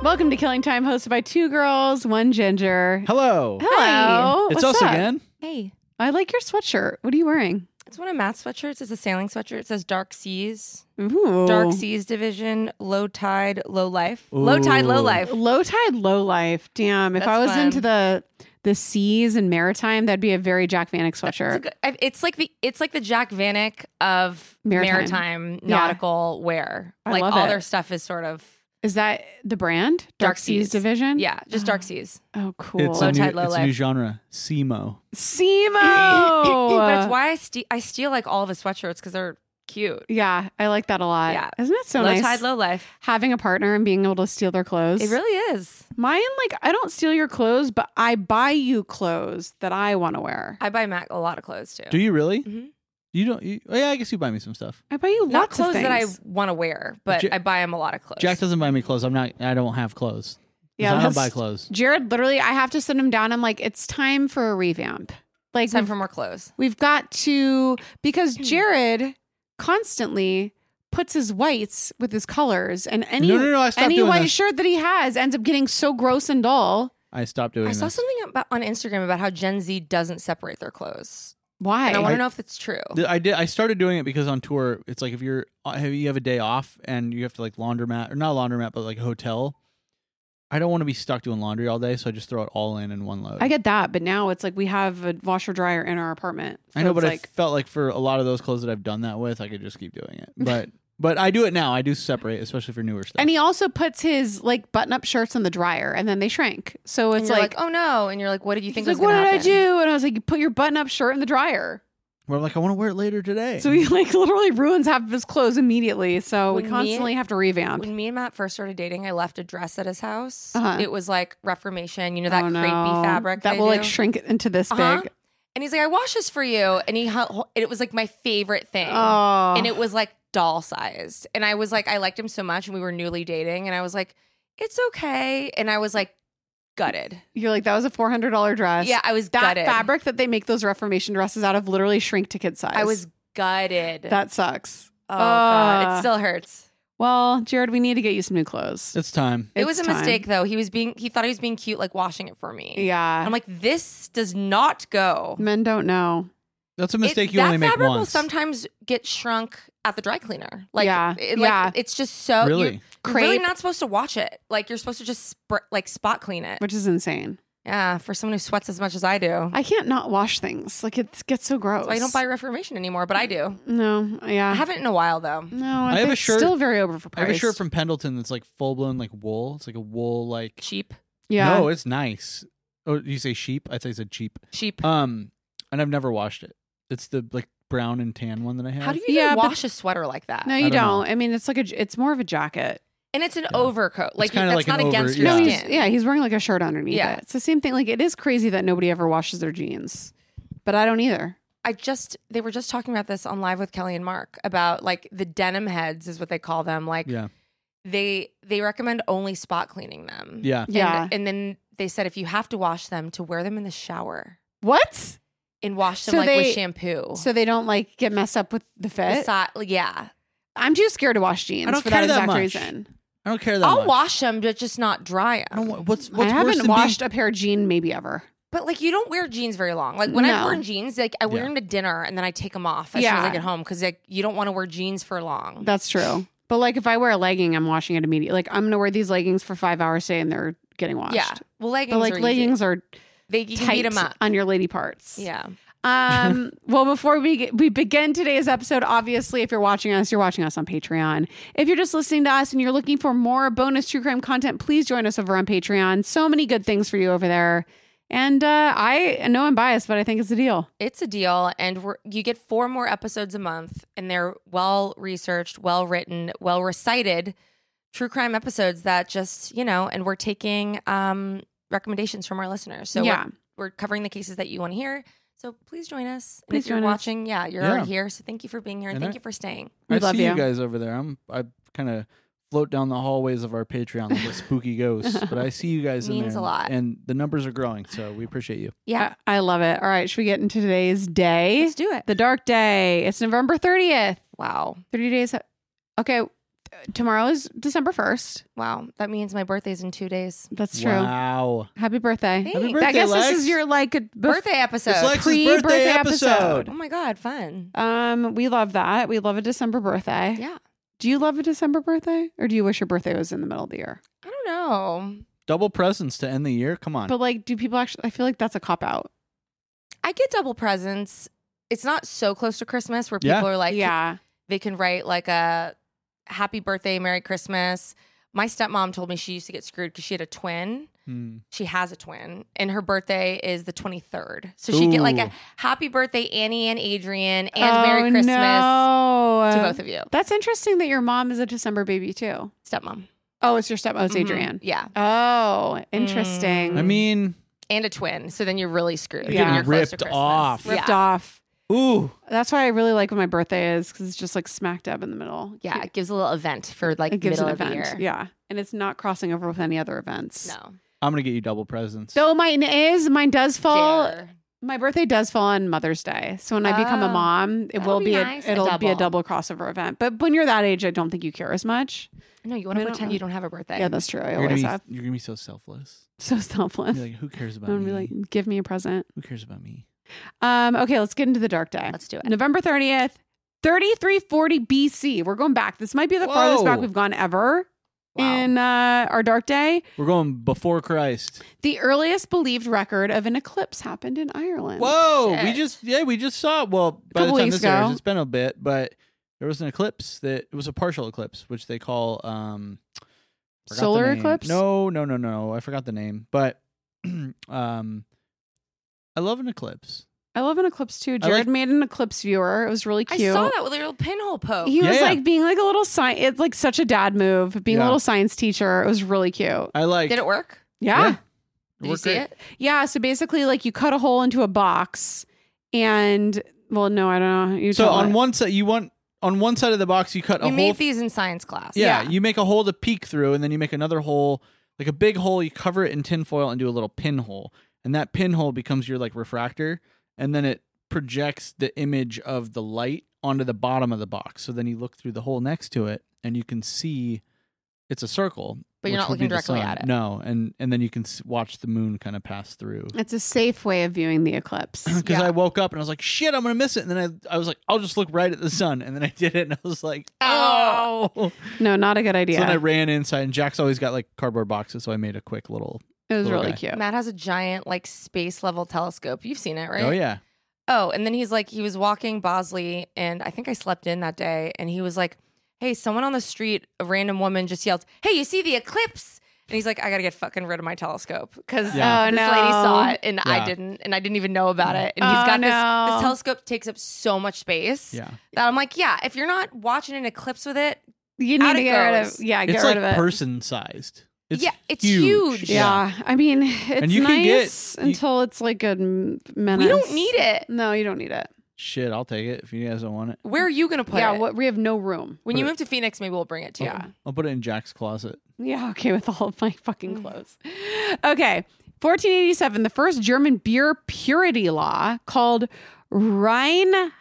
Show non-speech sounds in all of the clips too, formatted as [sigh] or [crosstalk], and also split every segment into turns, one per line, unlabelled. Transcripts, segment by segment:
Welcome to Killing Time, hosted by two girls, one ginger.
Hello.
Hello.
It's
What's
us
up?
again.
Hey,
I like your sweatshirt. What are you wearing?
it's one of Matt's sweatshirts. It's a sailing sweatshirt. It says Dark Seas,
Ooh.
Dark Seas Division, Low Tide, Low Life, Low Tide, Low
Ooh.
Life.
Low tide, low life. Damn. If
That's
I was
fun.
into the the seas and maritime, that'd be a very Jack Vanek
It's, a
sweatshirt.
good, I- it's like the it's like the Jack Vanek of
Maritime.
maritime,
Yeah.
nautical wear.
I
like
love
all
it.
their stuff is sort of
Is that the brand? Dark,
Dark
Seas.
Seas.
Division?
yeah, just Dark Seas,
[gasps] Oh, cool.
It's,
Low
a new,
tide, low
it's a
life.
new genre, SEMO.
SEMO.
[laughs] [laughs] but it's why I, ste- I steal like all of his sweatshirts because they're cute.
Yeah, I like that a lot.
Yeah.
Isn't that so
low
nice?
Tide, Low Life.
Having a partner and being able to steal their clothes.
It really is.
Mine, like, I don't steal your clothes, but I buy you clothes that I want to wear.
I buy Matt a lot of clothes too.
Do you really?
Mhm.
You don't? You, oh, yeah, I guess you buy me some stuff.
I buy you
Not
lots
clothes
of things.
that I want to wear, but
Ja-
I buy him a lot of clothes.
Jack doesn't buy me clothes. I'm not. I don't have clothes. 'Cause
Yeah,
[laughs] I
that's-
don't buy clothes.
Jared, literally, I have to send him down. I'm like, it's time for a revamp. Like,
it's time
we've,
for Hmm. more clothes.
we've got to, because Jared constantly puts his whites with his colors, and any,
no, no, no. I stopped
any
doing
white
this.
shirt that he has ends up getting so gross and dull.
I stopped doing
I saw
this.
something about on Instagram about how Gen Z doesn't separate their clothes,
Why?
and I want
I-
to know if it's true.
Th- I did. I started doing it because on tour, it's like if you're if you have a day off and you have to like laundromat or not laundromat, but like hotel. I don't want to be stuck doing laundry all day, so I just throw it all in in one load.
I get that, but now it's like we have a washer dryer in our apartment.
I know,
it's
but
like
I felt like for a lot of those clothes that I've done that with, I could just keep doing it. But but I do it now. I do separate, especially for newer stuff.
and he also puts his like button-up shirts in the dryer, and then they shrink. So
And
it's
you're
like,
like, oh no, and you're like, what did you think?
he's like,
was
what
gonna
did I
happen?"
do? And I was like, you put your button-up shirt in the dryer.
Where I'm like, I want to wear it later today.
So he like literally ruins half of his clothes immediately. So
Mm. When
we
me-
constantly have to revamp.
When me and Matt first started dating, I left a dress at his house.
Uh-huh.
It was like Reformation, you know that
Oh, no.
crepey fabric
that
I
will like
do.
shrink it into this
Uh-huh.
big.
And he's like, I wash this for you, and he hu- it was like my favorite thing,
Oh,
and it was like doll sized, and I was like, I liked him so much, and we were newly dating, and I was like, it's okay, and I was like, gutted.
you're like that was a four hundred dollar dress.
Yeah, I was
that
gutted.
fabric that they make those Reformation dresses out of literally shrink to kid size.
I was gutted.
that sucks.
oh god,
Uh,
it still hurts.
Well, Jared, we need to get you some new clothes.
it's time.
It was a
It's time.
mistake though. He was being he thought he was being cute, like washing it for me.
Yeah,
I'm like, this does not go.
men don't know.
That's a
It-
mistake you
that
only make
fabric will
once.
sometimes get shrunk at the dry cleaner. Like,
Yeah.
it- like,
Yeah.
it's just so
Really?
You're, you're really
Crepe.
not supposed to watch it. Like you're supposed to just sp- like spot clean it.
Which is insane.
yeah, for someone who sweats as much as I do,
I can't not wash things. Like it gets so gross.
So I don't buy Reformation anymore, but I
Uh-huh.
do.
No, yeah.
I haven't in a while though.
No,
I have a
they're
shirt-
Still very overpriced.
I have a shirt from Pendleton that's like full blown like wool. It's like a wool like.
Cheap,
yeah.
No, it's nice. Oh, you say sheep? I say it's a sheep.
cheap.
Um, and I've never washed it. It's the like brown and tan one that I have.
How do you
Yeah,
even
but-
wash a sweater like that?
No, you
don't
don't.
know.
I mean, it's like a, j- it's more of a jacket.
and it's an
Yeah.
overcoat. Like
kinda
that's
like
not
an over-
against
Yeah.
your
No, he's,
skin.
yeah, he's wearing like a shirt underneath
Yeah.
it. It's the same thing. Like it is crazy that nobody ever washes their jeans, but I don't either.
I just they were just talking about this on live with Kelly and Mark about like the denim heads is what they call them. Like
Yeah,
they they recommend only spot cleaning them.
yeah.
And,
yeah,
And then they said if you have to wash them, to wear them in the shower
What?
and wash them
So
like
they-
with shampoo.
So they don't like get messed up with the fit.
Besi- yeah,
I'm too scared to wash jeans
I don't
for that
care that
exact
much.
reason.
I don't care that
I'll
much.
wash them, but just not dry
I
them.
don't. wa- What's what's
I
worse
haven't
than
washed
being,
a pair of jeans maybe ever.
But like you don't wear jeans very long. Like when
No.
I've worn jeans, like I wear
Yeah.
them to dinner and then I take them off as soon as
Yeah.
I get home because like you don't want to wear jeans for long.
That's true. But like if I wear a legging, I'm washing it immediately. Like I'm gonna wear these leggings for five hours today and they're getting washed.
yeah. Well, leggings.
But like
are
leggings are
easy. they you can
tight
beat 'em up.
on your lady parts.
Yeah. [laughs]
Um, well, before we get, we begin today's episode, obviously, if you're watching us, you're watching us on Patreon. If you're just listening to us and you're looking for more bonus true crime content, please join us over on Patreon. So many good things for you over there. And uh, I know I'm biased, but I think it's a deal.
It's a deal, and we're, you get four more episodes a month, and they're well researched, well written, well recited true crime episodes that just you know. And we're taking um, recommendations from our listeners, so
yeah,
we're, we're covering the cases that you want to hear. So please join us. And
Please
if you're
join us.
watching, yeah, you're
Yeah.
already here. So thank you for being here, and,
And
thank
I-
you for staying.
we
I
love
see you.
you.
guys over there. I'm I kind of float down the hallways of our
[laughs]
Patreon like a spooky ghost, but I see you guys in
Means
there,
a lot.
and the numbers are growing, so we appreciate you.
Yeah,
I, I love it. All right, should we get into today's day?
let's do it.
the dark day. It's November 30th.
Wow,
30 days. Okay, tomorrow is December 1st.
wow, that means my birthday's in two days.
That's true.
Wow.
Happy birthday.
Thanks.
Happy
I
birthday,
guess
Lex.
this is your like birthday.
Birthday episode.
It's Lex's
pre-birthday
birthday
episode.
oh my god, fun.
Um, we love that. We love a December birthday.
Yeah,
Do you love a December birthday, or do you wish your birthday was in the middle of the year?
I don't know.
Double presents to end the year. Come on.
But like, do people actually? I feel like that's a cop out.
I get double presents. It's not so close to Christmas where people
Yeah.
are like,
yeah,
they can write like a happy birthday, Merry Christmas. My stepmom told me she used to get screwed because she had a twin.
Hmm.
She has a twin, and her birthday is the 23rd. So she'd get like
Ooh.
a happy birthday, Annie and Adrian, and Merry
Oh,
Christmas
no.
to both of you.
That's interesting that your mom is a December baby too.
Stepmom.
Oh, it's your stepmom, it's
Mhm.
Adrian.
Yeah.
Oh, interesting.
I mean,
And a twin. So then you're really screwed.
You're getting
when you're close
ripped
to Christmas.
off.
ripped
yeah.
off.
ooh,
That's why I really like when my birthday is because it's just like smack dab in the middle.
Yeah. It gives a little event for like
it gives
middle
an
of the
event.
year.
Yeah, and it's not crossing over with any other events.
No.
I'm gonna get you double presents.
Though mine is, mine does fall.
Dare.
My birthday does fall on Mother's Day, so when I become a
Oh,
mom, it
that'll
will be,
be
a,
nice, a
it'll be a double
double.
crossover event. But when you're that age, I don't think you care as much.
No, you want
I
to
don't
pretend
know.
you don't have a birthday.
Yeah, that's true. I
you're, gonna
always
be,
have [laughs]
you're gonna be so selfless.
so
You're
selfless.
like, who cares
[laughs]
about
I'm be
me?
like, give me a present.
who cares about me?
Um, okay, let's get into the dark day.
Let's do it.
November thirtieth, thirty three forty BC. We're going back. This might be the farthest back
Whoa.
we've gone ever
Wow.
in uh, our dark day.
We're going before Christ.
The earliest believed record of an eclipse happened in Ireland.
Whoa, we
Shit.
just yeah, we just saw. it. Well, by the
Um, couple
time
weeks
this airs,
ago.
it's been a bit, but there was an eclipse that it was a partial eclipse, which they call um forgot the
Solar
name.
eclipse?
No, no, no, no. I forgot the name, but [clears throat] um, I love an eclipse.
I love an eclipse too.
I like-
Jared made an eclipse viewer. It was really
I
cute.
saw that with a little pinhole poke.
He was
Yeah.
like being like a little science. It's like such a dad move, being a
Yeah.
little science teacher. It was really cute. Yeah.
I like.
Did it work?
Yeah.
Did you
worked
see
great.
it?
So basically, like you cut a hole into a box, and well, no, I don't know. You
So
tell
on
it.
one side, you want on one side of the box, you cut a
We
hole.
made these in science class.
yeah,
yeah.
you make a hole to peek through, and then you make another hole, like a big hole. You cover it in tinfoil and do a little pinhole, and that pinhole becomes your like refractor, and then it projects the image of the light onto the bottom of the box. So then you look through the hole next to it, and you can see it's a circle,
But you're
which
not
would be
looking
the
directly
sun.
at it.
No, and and then you can s- watch the moon kind of pass through.
it's a safe way of viewing the eclipse.
[clears throat] Because
Mm, Yeah.
I woke up and I was like, shit, I'm gonna miss it. And then I, I was like, I'll just look right at the sun. And then I did it and I was like,
Ow.
oh.
no, not a good
So then I
idea.
ran inside, and Jack's always got like cardboard boxes, so I made a quick little.
it was
little
really
guy.
cute.
Matt has a giant like space level telescope. You've seen it, right?
Oh yeah,
Oh, and then he's like, he was walking Bosley, and I think I slept in that day, and he was like, "Hey, someone on the street, a random woman just yelled, "Hey, you see the eclipse?" And he's like, "I gotta get fucking rid of my telescope because
Yeah.
Oh,
this
no.
lady saw it and I
Yeah.
didn't, and I didn't even know about it." And he's
Oh,
got
no.
this this telescope takes up so much space
yeah.
that I'm like, yeah, if you're not watching an eclipse with it,
You need
Out
to
it
get rid
goes.
of. Yeah, get
It's
rid
like
of it.
person sized. It's
Yeah, it's huge.
Yeah.
yeah. I mean, it's
you can get-
nice
you-
until it's like a m- menace.
we don't need it.
No, you don't need it.
shit. I'll take it if you guys don't want it.
Where are you gonna put
yeah,
it?
what, Oh. we have no room.
when you
Put it-
move to Phoenix, maybe we'll bring it to you.
Yeah. [laughs]
I'll put it in Jack's closet.
Mm.
Yeah, okay, with all of my fucking clothes. Okay. 1487, the first German beer purity law called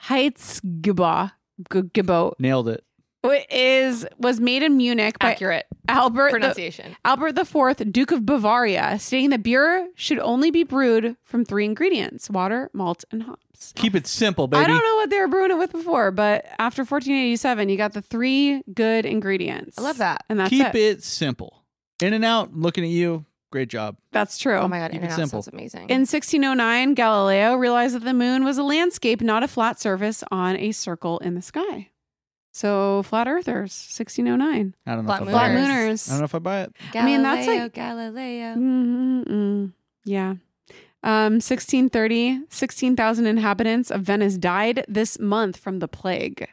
Reinheitsgebot gebot,
Nailed it.
is was made in Munich by
Accurate
Albert the-
pronunciation.
Albert IV, Duke of Bavaria, stating that beer should only be brewed from three ingredients water, malt, and hops.
Keep it simple, baby.
I don't know what they were brewing it with before, but after 1487, you got the three good ingredients.
I love that.
And that's
Keep
it.
it simple. In and out, looking at you. Great job.
That's true.
Oh my god,
Keep it
In-N-Out
simple.
sounds amazing.
In 1609, Galileo realized that the moon was a landscape, not a flat surface on a circle in the sky. So, flat earthers, 1609.
I don't know.
Flat
if I buy
Flat
it.
Mooners.
mooners.
I don't know if I buy it.
Galileo,
I mean, that's like- Mm.
Galileo.
Mm-mm-mm. Mm-hmm. Yeah. Um, 1630, 16,000 inhabitants of Venice died this month from the plague.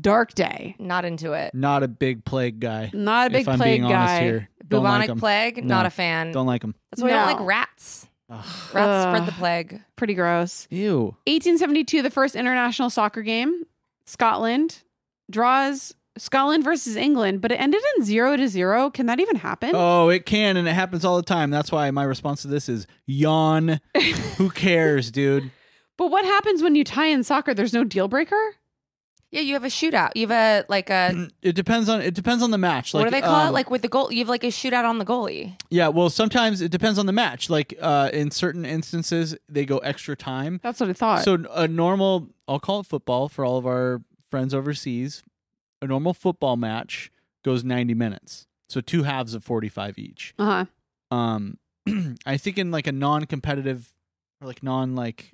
Dark day.
Not into it.
Not a big plague guy.
Not a big
if I'm
plague
being honest
guy.
here. Don't like
Bubonic
'em.
plague.
No.
Not a fan.
Don't like him.
That's why I don't
No.
like rats. Rats
Ugh.
spread the plague.
Pretty gross.
Ew.
1872, the first international soccer game, Scotland draws Scotland versus England, but it ended in zero to zero. Can that even happen?
Oh, it can, and it happens all the time. That's why my response to this is yawn.
[laughs]
Who cares,
Uh,
dude?
But what happens when you tie in soccer? There's no deal breaker?
Yeah, you have a shootout. You have a like a
It depends on it depends on the match. Mm, Like,
what do they call
um,
it? Like with the goal, you have like a shootout on the goalie.
yeah. Well, sometimes it depends on the match. Like uh, in certain instances, they go extra time.
That's what I thought.
So a normal, I'll call it football for all of our friends overseas. A normal football match goes ninety minutes, so two halves of forty-five each.
uh-huh.
um [clears throat] i think in like a non-competitive or like non like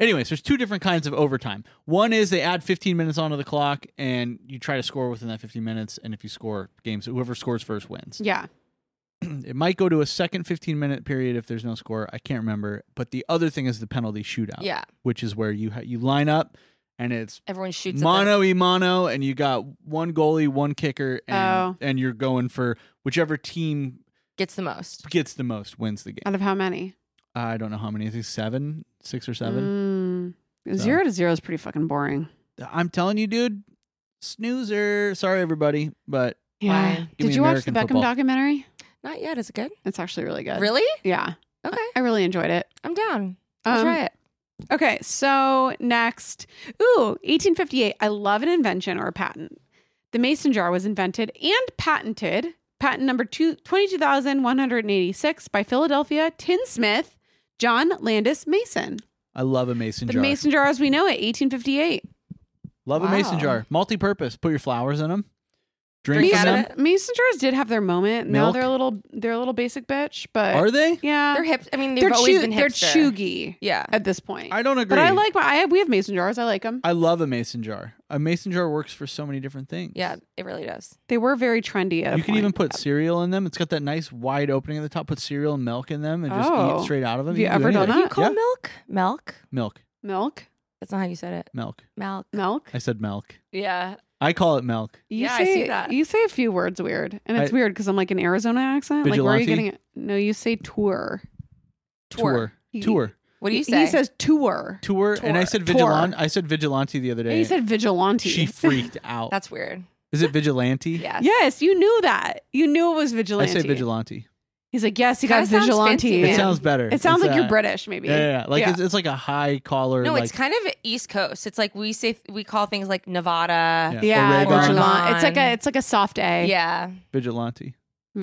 anyways there's two different kinds of overtime one is they add 15 minutes onto the clock and you try to score within that 15 minutes and if you score games whoever scores first wins
Yeah.
[clears throat] it might go to a second 15 minute period if there's no score i can't remember but the other thing is the penalty shootout
Yeah,
which is where you ha- you line up and it's
everyone shoots. At
mono e mono and you got one goalie one kicker and,
Oh.
and you're going for whichever team
the, gets the most.
gets the most wins the game
Out of how many?
I don't know how many. I think seven, six or seven.
Mm.
So-
Zero to zero is pretty fucking boring.
I'm telling you, dude, snoozer. Sorry, everybody, but
Yeah.
Give
Did
me
you watch the
American
Beckham
football.
documentary?
Not yet. Is it good?
It's actually really good.
Really?
Yeah.
Okay,
I really enjoyed it.
I'm down. I'll
Um,
try it.
Okay, so next. Ooh, 1858. I love an invention or a patent. The mason jar was invented and patented, patent number two, 22,186 by Philadelphia tinsmith John Landis Mason.
I love a mason
The
jar.
mason jar as we know it, 1858.
love a mason
Wow.
jar. Multi-purpose. Put your flowers in them. Drink,
Drink
from
out
them.
of
Mason, mason jars did have their moment. Now
Milk.
they're a little they're a little basic bitch, but
Are they?
yeah.
They're hip. I mean, they've
they're
always
chew-
been
they're
hipster.
chuggy
Yeah.
at this point.
I don't agree.
but I like my I have we have mason jars. I like them.
I love a mason jar. A mason jar works for so many different things.
Yeah, it really does.
They were very trendy at a
You can
point.
even put cereal in them. It's got that nice wide opening at the top. Put cereal and milk in them and just
Oh.
eat straight out of them.
Have you
can do
ever done
anything.
that?
You call
Yeah.
milk milk.
Milk.
milk,
That's not how you said it.
Milk.
Milk.
milk.
I said milk.
Yeah.
I call it milk.
You
Yeah, I
say,
see that.
You say a few words weird, and it's
I-
weird because I'm like an Arizona accent. Like, where are you
Vigilante?
getting it? No, you say tour.
Tour.
He-
Tour. Tour.
What do you
He-
say?
He says tour.
Tour. And I
Tour.
said
Tour.
vigilante. I said vigilante the other day.
And he said vigilante.
She freaked
[laughs]
out.
That's weird.
Is it vigilante?
Yes.
yes, you knew that. You knew it was
I
vigilante.
say vigilante.
He's like, yes, he
Kinda
got
sounds
vigilante.
fancy,
It
Yeah.
sounds better.
It sounds
It's,
like you're
uh,
British, maybe.
Yeah, yeah, yeah. like
Yeah.
It's, it's like a high collar.
No,
like,
it's kind of East Coast. It's like we say we call things like Nevada.
Yeah,
Oregon.
vigilante. It's like a
Oregon.
it's like a soft
Yeah.
A.
vigilante.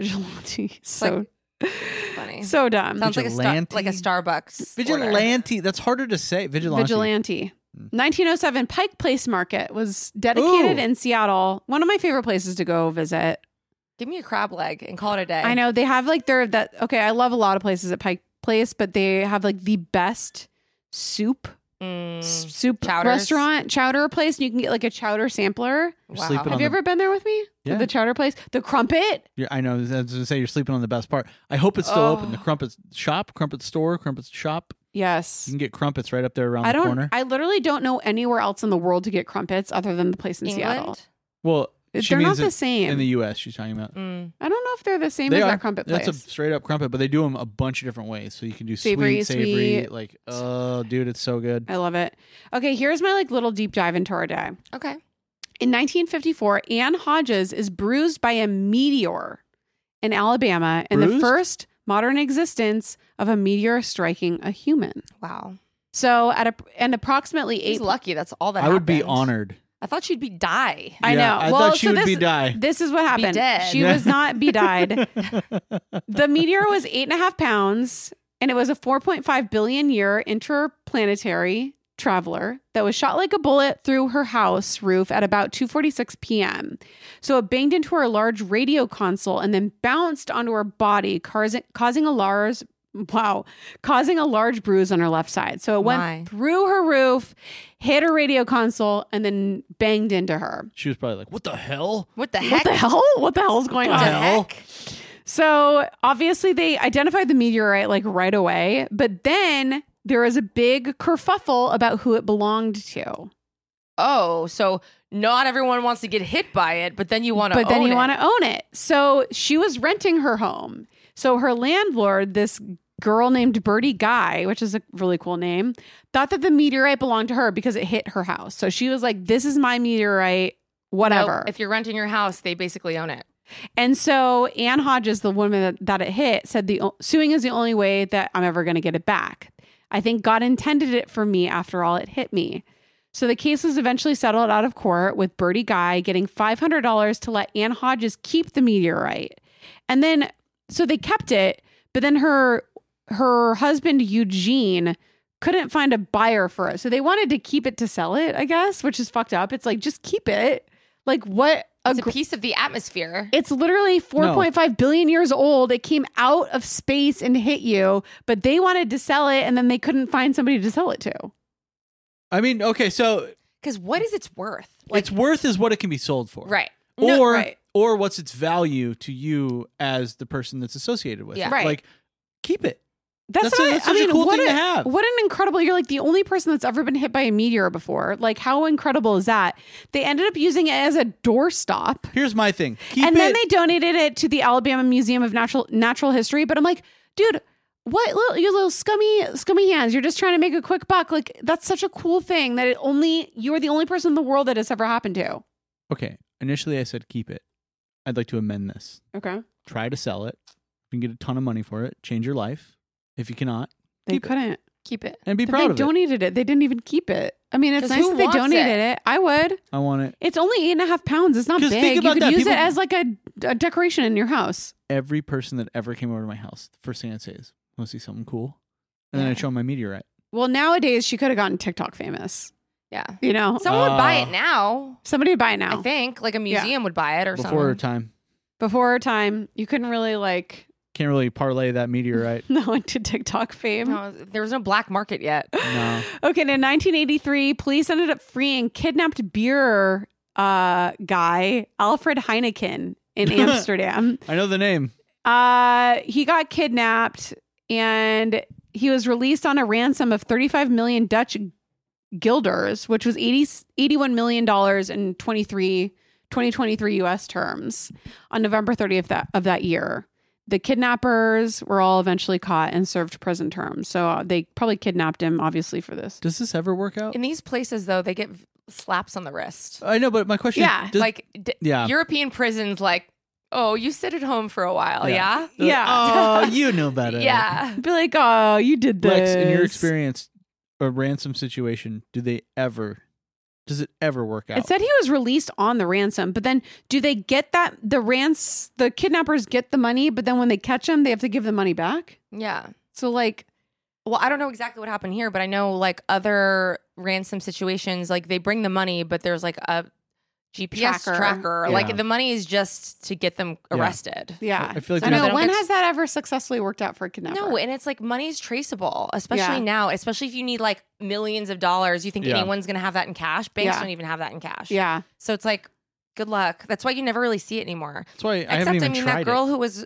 vigilante. So [laughs]
Funny.
so dumb.
Sounds like a star,
Vigilante.
like a Starbucks. order.
Vigilante. That's harder to say. Vigilante. Hmm.
Vigilante. 1907 Pike Place Market was dedicated
Ooh.
in Seattle. One of my favorite places to go visit.
Give me a crab leg and call it a day.
I know they have like their that okay, I love a lot of places at Pike Place, but they have like the best soup
Mm,
s- soup
Chowders.
restaurant, chowder place and you can get like a chowder sampler.
You're
wow.
sleeping
Have
on
you
the-
ever been there with me? To
Yeah.
The chowder place, the crumpet.
You're- I know. I was gonna say you're sleeping on the best part. I hope it's still open. The
Oh.
crumpets shop, crumpets store, crumpets shop.
Yes.
You can get crumpets right up there around
I
the
don't
corner.
I literally don't know anywhere else in the world to get crumpets other than the place in Seattle.
England.
well, she
they're not
means
the
it
same.
in the U.S. She's talking about.
Mm.
I don't know if they're the same
They
as
are.
that crumpet place.
That's a straight up crumpet, but they do them a bunch of different ways. So you can do
Savory,
sweet, savory,
sweet.
like oh, dude, it's so good.
I love it. Okay, here's my like little deep dive into our day.
Okay.
In 1954, Anne Hodges is bruised by a meteor in Alabama in the
Bruised?
first modern existence of a meteor striking a human.
Wow.
So at a, and approximately
He's
eight.
lucky that's all that
I would be
happened.
honored.
I thought she'd be die.
I
Yeah,
know.
I
well,
thought she
so
would
this,
be die.
this is what happened.
dead.
She
Yeah. [laughs]
was not be died. the meteor was eight and a half pounds, and it was a 4.5 billion year interplanetary traveler that was shot like a bullet through her house roof at about 2:46 p.m. So it banged into her large radio console and then bounced onto her body, causing causing a large wow, causing a large bruise on her left side. So it went
My.
through her roof, hit her radio console, and then banged into her.
She was probably like, "What the hell?"
What the
What
heck?
the hell? What the hell's going
What the
on?
hell?
So obviously they identified the meteorite like right away, but then there was a big kerfuffle about who it belonged to.
Oh, so not everyone wants to get hit by it, but then you want to.
But then you want
want
to own it. So she was renting her home. So her landlord, this girl named Bertie Guy, which is a really cool name, thought that the meteorite belonged to her because it hit her house. So she was like, "This is my meteorite." Whatever.
if you're renting your house, they basically own it.
And so Ann Hodges, the woman that, that it hit, said the o- suing is the only way that I'm ever going to get it back. I think God intended it for me after all it hit me. So the case was eventually settled out of court with Bertie Guy getting $500 to let Ann Hodges keep the meteorite. And then so they kept it, but then her her husband Eugene couldn't find a buyer for it. So they wanted to keep it to sell it, I guess, which is fucked up. It's like just keep it. Like what a
It's a
gr-
piece of the atmosphere.
it's literally 4.5 billion years old. It came out of space and hit you, but they wanted to sell it and then they couldn't find somebody to sell it to.
I mean, okay, so
Because what is its worth?
its worth is what it can be sold for,
Right.
Or
No, right.
or what's its value to you as the person that's associated with
Yeah.
it?
Right.
Like, keep it.
That's,
That's a-
not,
that's
I
such a
mean,
cool
what
thing to have.
What an incredible, you're like the only person that's ever been hit by a meteor before. Like, how incredible is that? They ended up using it as a doorstop.
Here's my thing. Keep
and
it.
then they donated it to the Alabama Museum of Natural Natural History. But I'm like, dude, what little you little scummy scummy hands? You're just trying to make a quick buck. Like that's such a cool thing that it only you are the only person in the world that has ever happened to.
okay. Initially, I said keep it. I'd like to amend this.
Okay,
Try to sell it. You can get a ton of money for it. Change your life. If you cannot,
they
keep it.
couldn't.
Keep it.
and be
But
proud
they
of it.
donated it. They didn't even keep it. I mean, it's
'Cause
nice
who
that they
wants
donated it?
it?
I would.
I want it.
It's only eight and a half pounds. It's not
'Cause
big.
think about
you could
that.
use
People-
it as like a, a decoration in your house.
Every person that ever came over to my house, the first thing I'd say is, "Want to see something cool?" And then I'd show 'em my meteorite.
Well, nowadays she could have gotten TikTok famous.
Yeah.
You know,
Someone would buy
Uh,
it now.
somebody would buy it now.
I think, like a
Yeah.
museum would buy it or
Before her
something.
time,
before our time, you couldn't really like [laughs]
can't really parlay
[laughs]
that meteorite.
no into TikTok fame.
No, there was no black market yet.
Oh.
no.
Okay, and in 1983, police ended up freeing kidnapped beer uh, guy Alfred Heineken in Amsterdam.
I know the name.
Uh, he got kidnapped and he was released on a ransom of 35 million Dutch guilders, which was 80, 81 million dollars in 23 2023 US terms on November 30th of that, of that year. The kidnappers were all eventually caught and served prison terms. So uh, they probably kidnapped him obviously for this.
Does this ever work out?
In these places, though, they get v- slaps on the wrist.
I know, but my question.
Yeah,
Uh, does-
like d-
yeah.
European prisons, like, oh, you sit at home for a while, yeah,
They're like,
Yeah. [laughs]
Oh, you know better.
yeah.
Be like, "Oh, you did this."
Lex, in your experience, a ransom situation, do they ever? Does it ever work out?
It said he was released on the ransom, but then do they get that the rans the kidnappers get the money, but then when they catch him, they have to give the money back?
Yeah.
So like
Well, I don't know exactly what happened here, but I know like other ransom situations, like they bring the money, but there's like a GPS
Tracker.
tracker.
Yeah.
Like the money is just to get them
Yeah.
arrested.
yeah.
I feel like
I
they
don't
know
get
when
to-
has that ever successfully worked out for a kidnapper?
No, and it's like money's traceable, especially
Yeah.
now, especially if you need like millions of dollars. You think
Yeah.
anyone's going to have that in cash? Banks
Yeah.
don't even have that in cash.
yeah.
So it's like, good luck. That's why you never really see it anymore.
That's why I haven't
Except,
even
I mean,
tried
that girl who was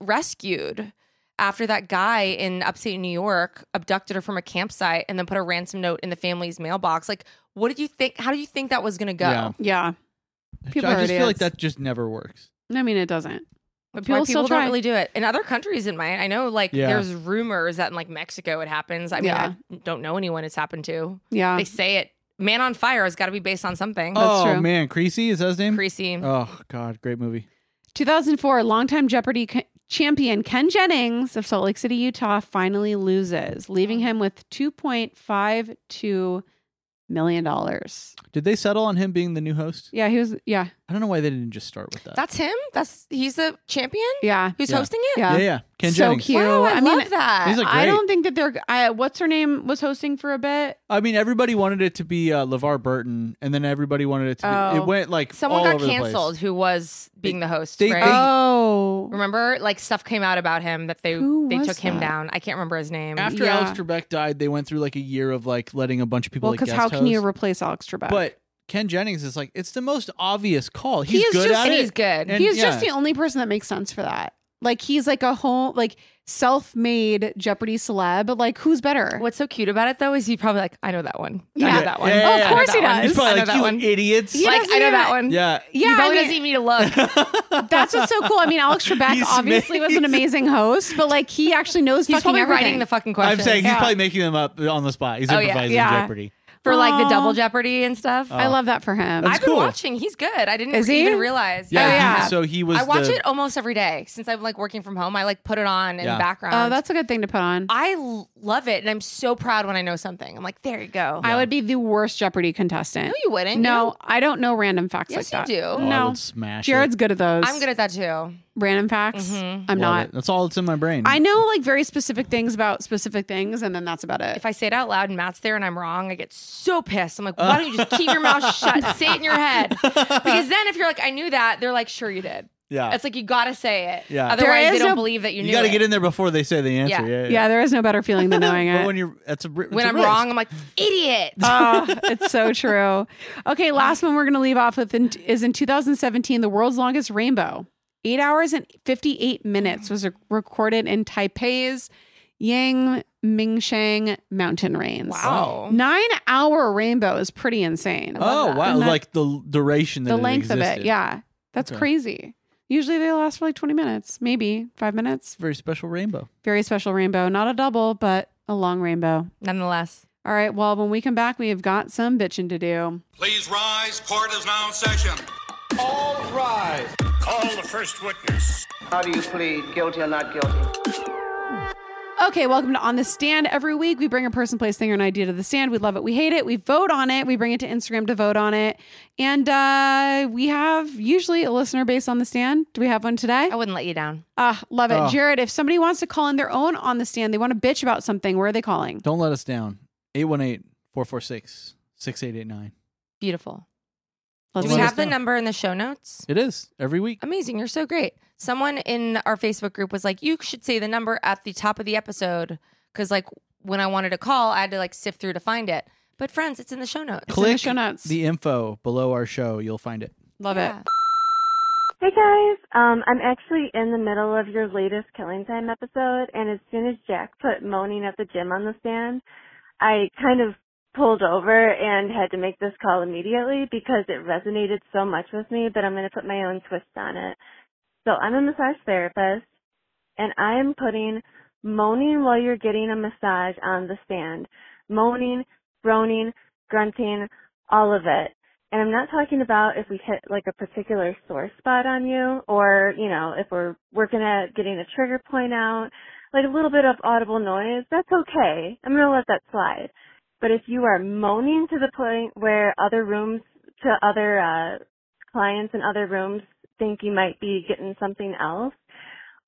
rescued after that guy in upstate New York abducted her from a campsite and then put a ransom note in the family's mailbox. Like, what did you think? How do you think that was going to go?
Yeah.
Yeah.
it.
people
I
are
just feel like
idiots.
that just never works.
I mean it doesn't. But
That's why
people, still
don't
try.
really do it in other countries. In my, I know, like
Yeah.
there's rumors that in like Mexico it happens. I mean, I don't know anyone it's happened to.
yeah.
They say it. Man on Fire has got to be based on something.
That's
oh Uh.
true.
man, Creasy is that his name?
Creasy.
Oh god, great movie.
2004, longtime Jeopardy co- Champion Ken Jennings of Salt Lake City, Utah, finally loses, leaving him with $2.52 million.
Did they settle on him being the new host?
Yeah, he was, yeah,
I don't know why they didn't just start with that.
That's him. That's he's the champion
yeah,
who's
Yeah.
hosting it.
yeah,
yeah.
yeah. Ken
so
Jennings.
cute.
Wow, I,
I mean,
love that.
He's a
I
great.
don't think that they're, I, what's her name was hosting for a bit?
I mean, everybody wanted it to be uh, LeVar Burton, and then everybody wanted it to be.
Oh.
It went like
Someone
all
got
over the place.
canceled who was being the host,
they-
right?
they-
Oh.
Remember, like stuff came out about him that they
Who
they
was
took him
that?
down. I can't remember his name.
After
Um, Yeah.
Alex Trebek died, they went through like a year of like letting a bunch of people
Well,
like
because
guest
how can
host.
you uh, replace Alex Trebek?
But Ken Jennings is like it's the most obvious call. He's
is
good
just-
at
and
it.
he's good.
and-
he's
yeah.
just the only person that makes sense for that. Like he's like a whole like self-made Jeopardy celeb. But like who's better?
What's so cute about it though is he probably like I know that one. I
Yeah.
know that one.
Yeah,
Oh,
yeah,
of course
I
he
know that one.
does.
He's probably
I know
like
that
you
one.
idiots.
He
like I
doesn't
know that
even-
one.
yeah.
He
Yeah, I
probably
mean,
doesn't even need to [laughs] look.
that's what's so cool. I mean,
[laughs]
Alex Trebek
He's
obviously was an amazing host, but like he actually knows
He's
fucking
probably
everything.
writing the fucking
I'm
questions.
saying he's
Yeah.
probably making them up on the spot. He's
Oh, yeah.
improvising
Yeah.
Jeopardy.
for like the double
Aw.
Jeopardy and stuff.
I love that for him.
That's
I've been
Oh, cool.
watching. He's good. I didn't
Is he?
even realize.
Yeah.
Oh,
he-
yeah.
So he was.
I watch
the,
it almost every day since I'm like working from home. I like put it on in
Yeah.
the background.
oh, that's a good thing to put on. I,
I l- love it, and I'm so proud when I know something. I'm like, there you go.
would be the worst Jeopardy contestant.
no, you wouldn't.
no,
You don't-
I don't know random facts
Yes,
like that.
you do. Oh,
Oh, I
No,
would smash.
Jared's
it.
good at those.
I'm good at that too.
random facts.
Mhm.
I'm
Love
not.
it. That's all that's in my brain.
I know like very specific things about specific things, and then that's about it.
If I say it out loud and Matt's there and I'm wrong, I get so pissed. I'm like, why don't you just keep your mouth shut? Say it in your
[laughs]
head. Because then if you're like, I knew that, they're like, sure you did.
Yeah.
It's like you gotta say it.
Yeah.
Otherwise,
There
they
is
don't
a-
believe that you,
You
knew.
got to
it.
get in there before they say the answer.
Yeah.
Yeah.
yeah, there is no better feeling
[laughs]
than knowing it.
But when you're, that's a ri- it's
When
a
I'm
risk.
wrong, I'm like, idiot.
oh, it's so true.
[laughs]
Okay, last one we're going to leave off with in, is in 2017, the world's longest rainbow. Eight hours and 58 minutes was recorded in Taipei's Yang Mingshang mountain range.
Wow.
Nine hour rainbow is pretty insane.
Oh wow!
And that-
like the l- duration, that
the
it
length of it.
existed.
Yeah. That's
Okay.
crazy. Usually they last for like 20 minutes, maybe five minutes.
very special rainbow.
Very special rainbow. Not a double, but a long rainbow.
Nonetheless,
All right. Well, when we come back, we have got some bitching to do.
Please rise. Court is now in session.
All rise.
Call the first witness.
How do you plead, guilty or not guilty?
Okay, welcome to On the Stand. Every week we bring a person, place, thing, or an idea to the stand. We love it. We hate it. We vote on it. We bring it to Instagram to vote on it. And uh, we have usually a listener based on the stand. Do we have one today?
I wouldn't let you down.
Ah, love it.
Oh.
Jared, if somebody wants to call in their own on the stand, they want to bitch about something, where are they calling?
Don't let us down. 818-446-6889.
Beautiful.
Let's
Do
Let
we
see.
us
have the
know.
number in the show notes?
It is every week.
Amazing. You're so great. Someone in our Facebook group was like, you should say the number at the top of the episode. Cause like when I wanted to call, I had to like sift through to find it. But friends, it's in the show notes.
in the
Click
show notes.
the info below our show. You'll find it.
love
Yeah.
it.
Hey guys, um, I'm actually in the middle of your latest Killing Time episode, and as soon as Jack put moaning at the gym on the stand, I kind of pulled over and had to make this call immediately because it resonated so much with me, but I'm going to put my own twist on it. So I'm a massage therapist, and I am putting moaning while you're getting a massage on the stand. Moaning, groaning, grunting, all of it. And I'm not talking about if we hit like a particular sore spot on you or, you know, if we're working at getting a trigger point out, like a little bit of audible noise, that's okay. I'm going to let that slide. But if you are moaning to the point where other rooms, to other uh, clients in other rooms think you might be getting something else,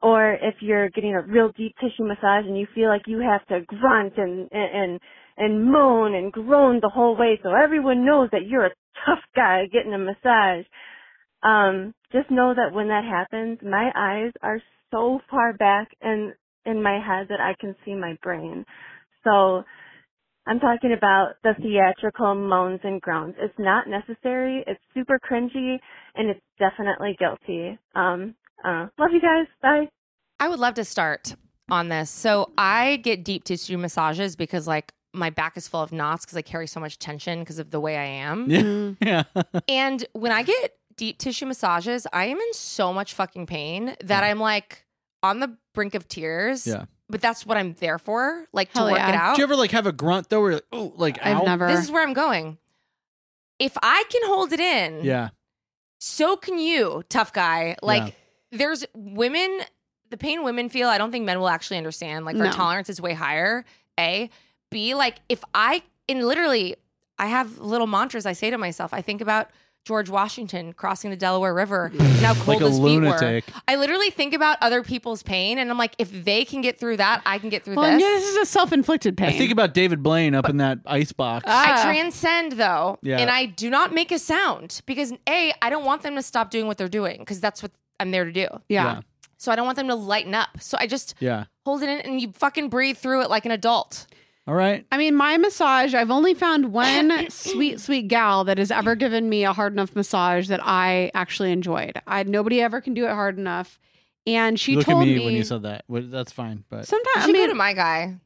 or if you're getting a real deep tissue massage and you feel like you have to grunt and and and moan and groan the whole way so everyone knows that you're a tough guy getting a massage um just know that when that happens my eyes are so far back and in my head that I can see my brain so I'm talking about the theatrical moans and groans. It's not necessary. It's super cringy, and it's definitely guilty. Um, uh, love you guys. Bye.
I would love to start on this. So I get deep tissue massages because like my back is full of knots because I carry so much tension because of the way I am.
Yeah.
Mm.
[laughs] Yeah.
And when I get deep tissue massages, I am in so much fucking pain that I'm like on the brink of tears.
Yeah.
But that's what I'm there for, like
Hell
to work
yeah.
it out.
Do you ever like have a grunt though? Where like, oh, like
I've
ow?
never.
this is where I'm going. If I can hold it in,
Yeah.
so can you, tough guy. Like
Yeah.
there's women the pain women feel, I don't think men will actually understand. Like their
No.
tolerance is way higher. A. B, like if I and literally I have little mantras I say to myself. I think about George Washington crossing the Delaware
[laughs]
River and how cold
like a
his
lunatic.
feet were. I literally think about other people's pain and I'm like, if they can get through that, I can get through
Well,
this.
and yeah, this is a self-inflicted pain.
I think about David Blaine up in that ice box.
I
Ah.
transcend though,
Yeah.
and I do not make a sound because A, I don't want them to stop doing what they're doing because that's what I'm there to do.
yeah.
So I don't want them to lighten up. So I just
yeah.
hold it in and you fucking breathe through it like an adult.
All right.
I mean, my massage, I've only found one sweet, sweet gal that has ever given me a hard enough massage that I actually enjoyed. I nobody ever can do it hard enough. And she
Look at
told
me, when you said that. Well, that's fine, but
You
sometimes I
should go to
mean
my guy.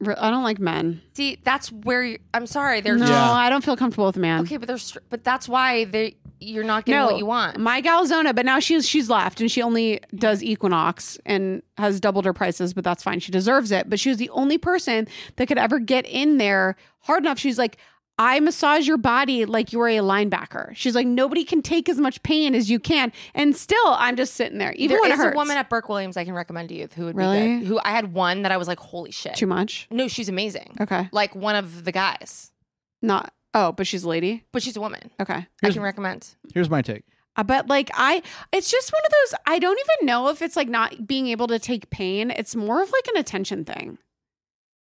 re- I don't like men.
See, that's where you, I'm sorry. They're
No,
Yeah.
I don't feel comfortable with a man.
okay, but they're str- but that's why they you're not getting
No,
what you want.
My gal Zona, but now she's she's left and she only does Equinox and has doubled her prices, but that's fine. She deserves it. But she was the only person that could ever get in there hard enough. She's like, I massage your body like you are a linebacker. She's like, nobody can take as much pain as you can. And still I'm just sitting there. Even
there
when
is
it hurts.
a woman at Burke Williams I can recommend to you who would be
Really?
good. Who I had one that I was like, holy shit.
too much.
No, she's amazing.
Okay.
Like one of the guys,
Not oh, but she's a lady.
but she's a woman.
Okay.
I can recommend.
here's my take.
Uh, But like I, it's just one of those. I don't even know if it's like not being able to take pain. It's more of like an attention thing.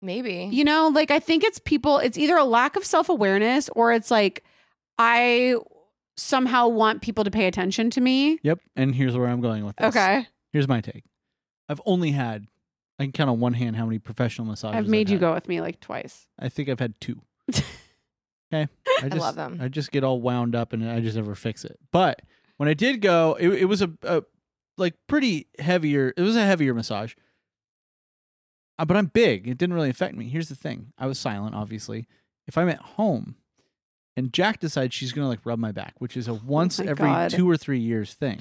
Maybe.
You know, like I think it's people, it's either a lack of self awareness or it's like I somehow want people to pay attention to me.
Yep. And here's where I'm going with this.
Okay.
Here's my take. I've only had I can count on one hand how many professional massages
I've made you
had.
go with me like twice.
I think I've had two. okay. I, just,
love them.
I just get all wound up and I just never fix it. But when I did go, it, it was a, a like pretty heavier. It was a heavier massage. Uh, but I'm big. It didn't really affect me. Here's the thing. I was silent, obviously. If I'm at home and Jack decides she's gonna like rub my back, which is a once
my
every
God.
two or three years thing.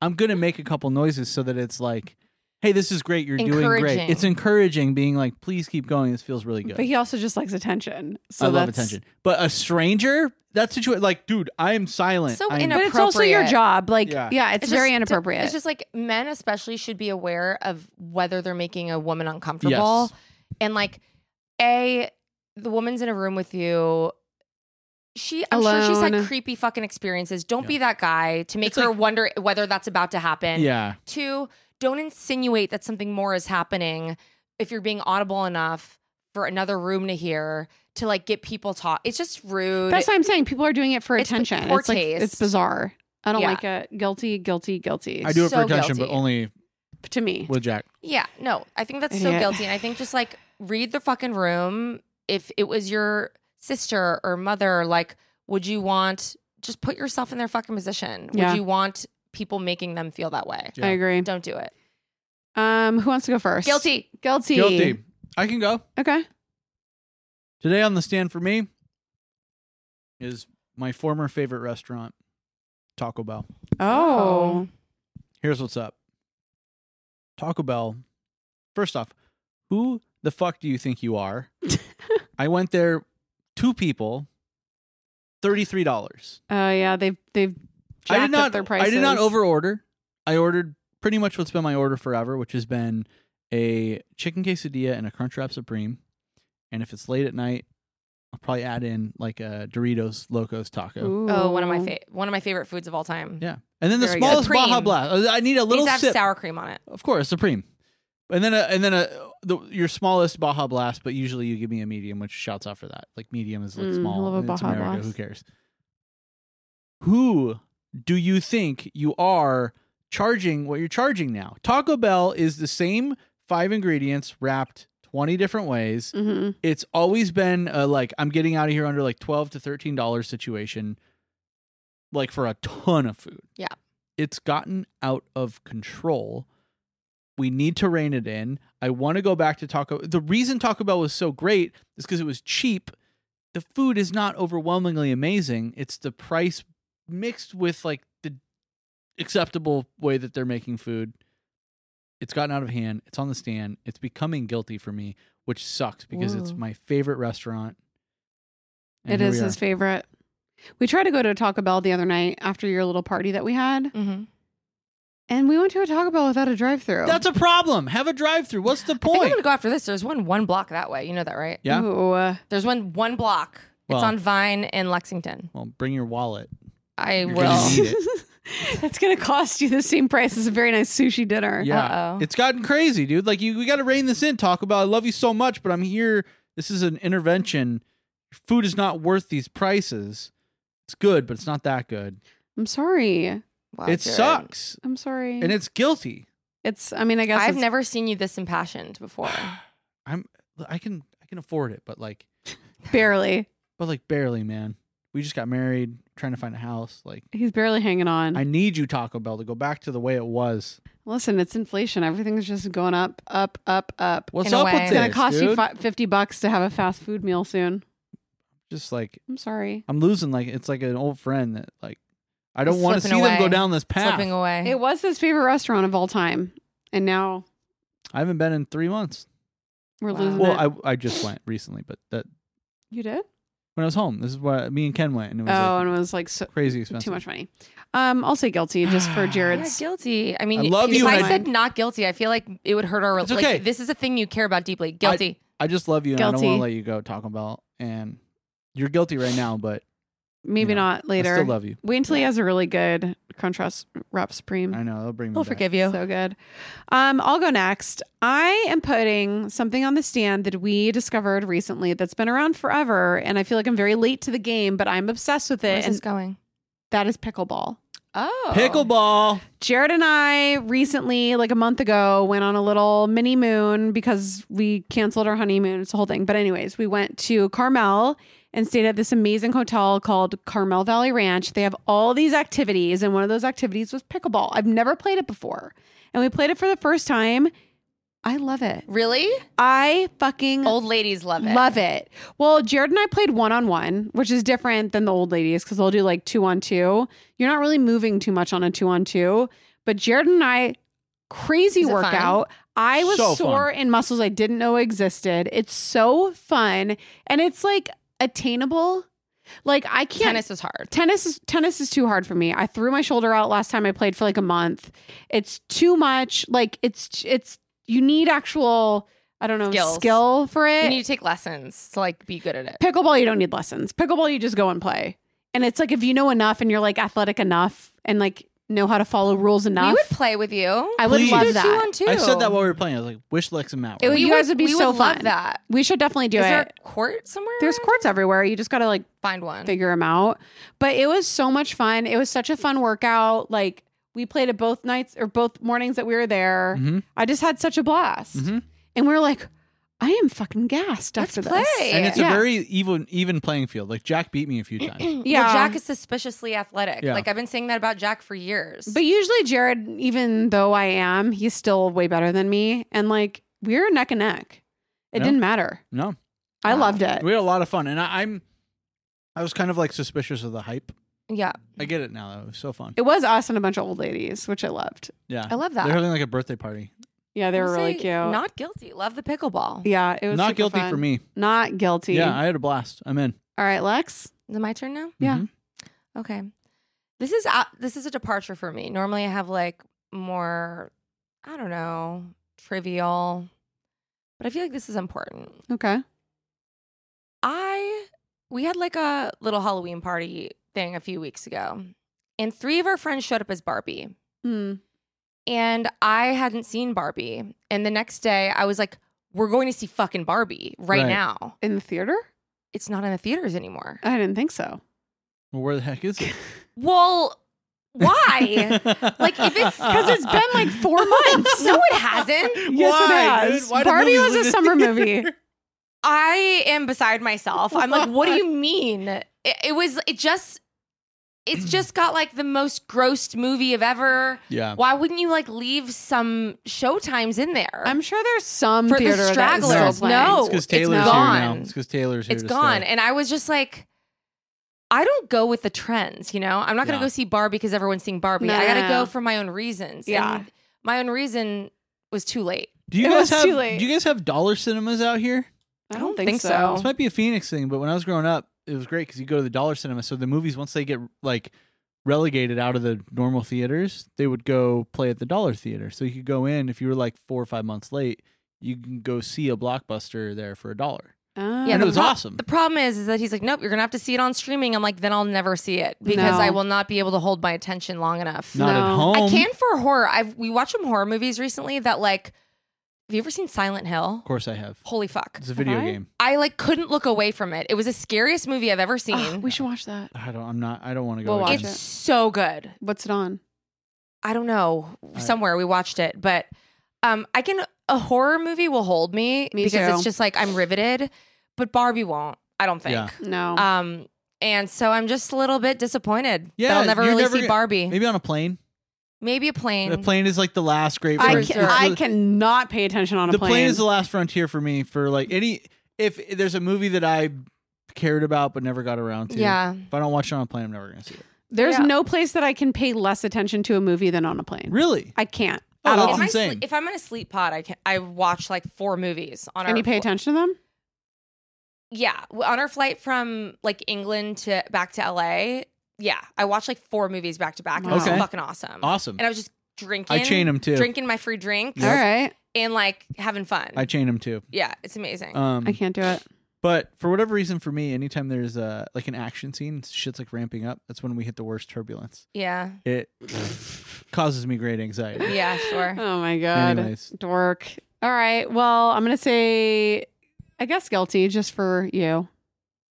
I'm gonna make a couple noises so that it's like, hey, this is great. You're doing great.
Encouraging.
It's encouraging being like, please keep going. This feels really good.
But he also just likes attention. So
I love
that's-
attention. But a stranger, that situation, like, dude, I am silent.
So
I'm-
in
But it's also your
Inappropriate.
job. Like,
Yeah.
yeah, it's,
It's
very
just-
inappropriate.
It's just like men, especially, should be aware of whether they're making a woman uncomfortable.
Yes.
And like, a the woman's in a room with you. She, I'm sure she's had
Alone.
creepy fucking experiences. Don't be
Yeah.
that guy to make
It's
her
like-
wonder whether that's about to happen.
yeah,
Two, don't insinuate that something more is happening if you're being audible enough for another room to hear to like get people talk. It's just rude.
that's what I'm saying. People are doing it for
It's
attention.
poor
It's like,
taste.
it's bizarre. I don't
Yeah.
like it. Guilty, guilty, guilty.
I do it for
so
attention,
guilty.
but only
to me.
with Jack.
Yeah, no, I think that's so
Idiot.
guilty. And I think just like read the fucking room. If it was your sister or mother, like, would you want just put yourself in their fucking position? Would
Yeah.
you want people making them feel that way?
Yeah.
I agree.
Don't do it.
Um, who wants to go first?
Guilty.
Guilty.
Guilty. I can go.
Okay.
Today on the stand for me is my former favorite restaurant, Taco Bell.
Oh.
Here's what's up Taco Bell. First off, who the fuck do you think
[laughs]
you are? I went there, two people, $33.
Oh yeah, they've they've jacked
I did not.
up their prices.
I did not over order. I ordered pretty much what's been my order forever, which has been a chicken quesadilla and a Crunchwrap Supreme. And if it's late at night, I'll probably add in like a Doritos Locos taco.
Oh, one of my fa- one of my favorite foods of all time.
Yeah, and then the
Very good.
smallest
Supreme.
Baja Blast. I need a
Needs
little
to have
sip.
sour cream on it.
Of course, Supreme. And then a, and then a the, your smallest Baja Blast, but usually you give me a medium, which shouts out for that. Like medium is like
Mm, I
small.
love a
it's
Baja
America,
Blast.
Who cares? Who do you think you are charging what you're charging now? Taco Bell is the same five ingredients wrapped twenty different ways.
Mhm.
It's always been a, like I'm getting out of here under like twelve to thirteen dollars situation, like for a ton of food.
Yeah.
it's gotten out of control. We need to rein it in. I want to go back to Taco. The reason Taco Bell was so great is because it was cheap. The food is not overwhelmingly amazing. It's the price mixed with like the acceptable way that they're making food. It's gotten out of hand. It's on the stand. It's becoming guilty for me, which sucks because it's
Ooh.
my favorite restaurant. And
It
here
is
we are.
his favorite.
Mm.
We tried to go to Taco Bell the other night after your little party that we had,
Mm-hmm.
and we went to a Taco Bell without a drive-through.
That's a problem. Have a drive through. What's the
I think I'm
point?
gonna go after this. There's one one block that way. You know that, right?
yeah.
Ooh, uh,
There's one one block.
Well.
it's on Vine in Lexington.
Well, bring your wallet.
I
You're
will.
gonna need it.
[laughs] it's gonna cost you the same price as a very nice sushi dinner.
Yeah.
Uh-oh.
It's gotten crazy, dude. Like you we gotta rein this in, talk about I love you so much, but I'm here. This is an intervention. Food is not worth these prices. It's good, but it's not that good.
I'm sorry.
Wow, Jared.
it sucks.
I'm sorry.
And it's guilty.
it's. I mean, I guess
I've
it's-
never seen you this impassioned before.
I'm I can I can afford it, but like
barely.
but like barely, man. We just got married, trying to find a house. Like
He's barely hanging on.
I need you, Taco Bell, to go back to the way it was.
Listen, it's inflation. Everything's just going up, up, up, up.
What's
In a
up
way.
with
It's
It's gonna
this,
cost you
dude?
fi- fifty bucks to have a fast food meal soon.
just like
I'm sorry.
I'm losing like it's like an old friend that like I don't want to see
Slipping
them go
away.
down this path.
Slipping away.
It was his favorite restaurant of all time, and now
I haven't been in three months.
we're
Wow.
losing
Well,
it.
I I just went recently, but that
you did?
when I was home, this is where me and Ken went, and it
Oh,
was like,
and it was like so,
crazy expensive.
too much money. Um, I'll say guilty just for
yeah,
Jared's.
guilty. I mean,
I love
if
you,
I
and I-
said not guilty, I feel like it would hurt our.
It's
like,
okay.
This is a thing you care about deeply. Guilty.
I just love you, and I don't
Guilty.
want to let you go, Taco Bell. And you're guilty right now, but
Maybe
you know,
not later.
I still love you.
Wait until he has a really good contrast wrap supreme.
I know that'll bring me.
we'll
back.
forgive you.
So good. Um, I'll go next. I am putting something on the stand that we discovered recently that's been around forever, and I feel like I'm very late to the game, but I'm obsessed with
Where's
it.
this
And
going?
that is pickleball.
Oh,
Pickleball.
Jared and I recently, like a month ago, went on a little mini moon because we canceled our honeymoon. It's a whole thing. But, anyways, we went to Carmel and stayed at this amazing hotel called Carmel Valley Ranch. They have all these activities, and one of those activities was pickleball. I've never played it before. And we played it for the first time. I love it.
Really?
I fucking
Old ladies love it.
Love it. Well, Jared and I played one on one, which is different than the old ladies because they'll do like two on two. You're not really moving too much on a two on two, but Jared and I, crazy
Is it fun?
workout. I was
So fun.
sore in muscles I didn't know existed. It's so fun and it's like attainable. Like I can't
Tennis is hard.
tennis is tennis is too hard for me. I threw my shoulder out last time I played for like a month. It's too much. Like it's it's you need actual I don't know
Skills.
skill for it
You need to take lessons to like be good at it.
pickleball you don't need lessons pickleball you just go and play and it's like if you know enough and you're like athletic enough and like know how to follow rules
We
enough
would play with you.
i would
Please.
love
do two
that
on two.
I said that while we were playing. I was like, wish Lex and Matt.
It
were
would-
here.
you guys would be
we
so
would love
fun.
that.
we should definitely do
Is
it
there a court somewhere?
there's
around?
courts everywhere you just gotta like
Find one.
figure them out but it was so much fun it was such a fun workout like we played it both nights or both mornings that we were there
Mhm.
i just had such a blast
Mhm.
and we were like i am fucking gassed
Let's
after
play.
this
and it's
Yeah.
a very even even playing field. Like Jack beat me
[clears throat]
a few times.
yeah.
yeah
Jack is suspiciously athletic.
Yeah.
Like I've been saying that about Jack for years.
But usually, Jared, even though I am, he's still way better than me. And like, we were neck and neck. It
Yeah.
didn't matter.
no,
I
Wow.
loved it.
we had a lot of fun, and I, I'm I was kind of like suspicious of the hype.
yeah,
I get it now. though. It was so fun.
It was us and a bunch of old ladies, which I loved.
Yeah,
I love that.
they're having like a birthday party.
Yeah, they
I'll
were really
say
cute.
Not guilty. Love the pickleball.
yeah, it was
Not
super
guilty
fun.
for me.
Not guilty.
Yeah, I had a blast. I'm in.
All right, Lex.
Is it my turn now?
Yeah.
Mhm.
Okay. This is out this is a departure for me. Normally I have like more I don't know, trivial. But I feel like this is important.
Okay.
I we had like a little Halloween party thing a few weeks ago. And three of our friends showed up as Barbie.
Hmm.
And I hadn't seen Barbie. And the next day I was like, we're going to see fucking Barbie right,
Right.
now.
In the theater?
It's not in the theaters anymore.
I didn't think
[laughs]
so.
Well, where the heck is it?
Well,
[laughs]
why?
like
if it's-
Because it's been like four months.
[laughs] no, it hasn't.
Yes, it has. Barbie was a summer movie.
I am beside myself. I'm like, what
[laughs]
do you mean? It, it was, it just, it's just got like the most grossed movie of ever.
[laughs] Yeah.
Why wouldn't you like leave some showtimes in there?
[laughs] I'm sure there's some
For the
theater that is still
Stragglers,
playing.
no.
It's because
it's
Taylor's here
gone.
now. It's because Taylor's here.
it's
to
gone.
stay.
And I was just like, I don't go with the trends, you know? I'm not going to go
Yeah.
see Barbie because everyone's seeing Barbie.
No,
I got to
no, no.
go for my own reasons.
Yeah.
And my own reason was too late.
Do you
It
guys
was
have?
too late.
Do you guys have dollar cinemas out here?
I
I don't
don't think,
think so.
so.
This might be a Phoenix thing, but when I was growing up, it was great because you go to the dollar cinema. So the movies, once they get like relegated out of the normal theaters, they would go play at the dollar theater. So you could go in if you were like four or five months late, you can go see a blockbuster there for a dollar.
Oh.
Yeah, And it
the
was
pro-
awesome.
The problem is, is that he's like, nope, you're gonna have to see it on streaming. I'm like, then I'll never see it because
No.
I will not be able to hold my attention long enough.
Not
No.
at home.
I can for horror. I've we watched some horror movies recently that like, have you ever seen Silent Hill?
Of course, I have.
Holy fuck!
It's a video
I?
game.
I like couldn't look away from it. It was the scariest movie I've ever seen.
Ah, we should watch that.
I don't. I'm not. I don't want to go.
We'll watch
again.
it's
it.
so good.
What's it on?
I don't know
right.
somewhere we watched it, but um, I can a horror movie will hold me,
Me
because
too.
it's just like I'm riveted, but Barbie won't. I don't think.
Yeah.
No.
Um, and so I'm just a little bit disappointed.
Yeah,
that I'll never
you're
really
never
see
gonna-
Barbie. Maybe,
Maybe on a plane.
a plane.
The plane is like the last great.
I,
for
can,
sure.
I cannot pay attention on a
the
plane.
plane. is the last frontier for me. For like any, if there's a movie that I cared about but never got around to,
Yeah.
If I don't watch it on a plane, I'm never gonna see it.
There's
Yeah.
no place that I can pay less attention to a movie than on a plane.
Really?
I can't.
Oh,
at
that's
all.
If I
insane.
sleep- if I'm in a sleep pod, I can I watch like four movies on our
And you pay
fl-
attention to them?
Yeah, w- on our flight from like England to back to LA. Yeah, I watched like four movies back to back. and It was
Okay.
fucking awesome.
Awesome.
And I was just drinking.
I chain them too.
Drinking my free drinks
All right.
and like having fun.
I chain them too.
yeah, it's amazing.
Um,
I can't do it.
But for whatever reason, for me, anytime there's uh like an action scene, shit's like ramping up. That's when we hit the worst turbulence.
yeah,
It [laughs] causes me great anxiety.
yeah, sure.
[laughs] Oh my god.
Anyways.
Dork. All right. Well, I'm gonna say I guess guilty just for you.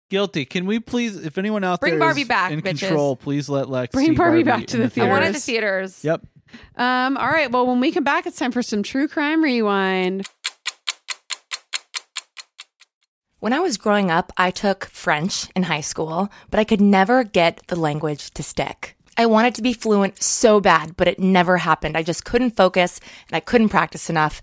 Guilty. Can we please, if anyone out
Bring
there is
Barbie back,
in
bitches.
control, please let Lex
Bring
see
Barbie back to
in
the
I
theater.
wanted
Theaters.
the theaters.
Yep.
Um, all right. Well, when we come back, it's time for some true crime rewind.
When I was growing up, I took French in high school, but I could never get the language to stick. I wanted to be fluent so bad, but it never happened. I just couldn't focus and I couldn't practice enough,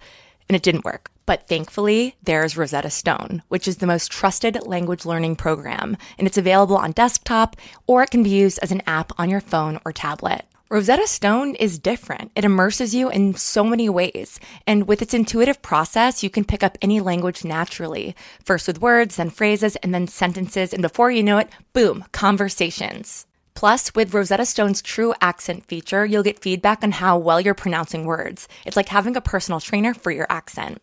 and it didn't work. But thankfully, there's Rosetta Stone, which is the most trusted language learning program, and it's available on desktop or it can be used as an app on your phone or tablet. Rosetta Stone is different. It immerses you in so many ways. And with its intuitive process, you can pick up any language naturally. First with words, then phrases, and then sentences. And before you know it, boom, conversations. Plus, with Rosetta Stone's true accent feature, you'll get feedback on how well you're pronouncing words. It's like having a personal trainer for your accent.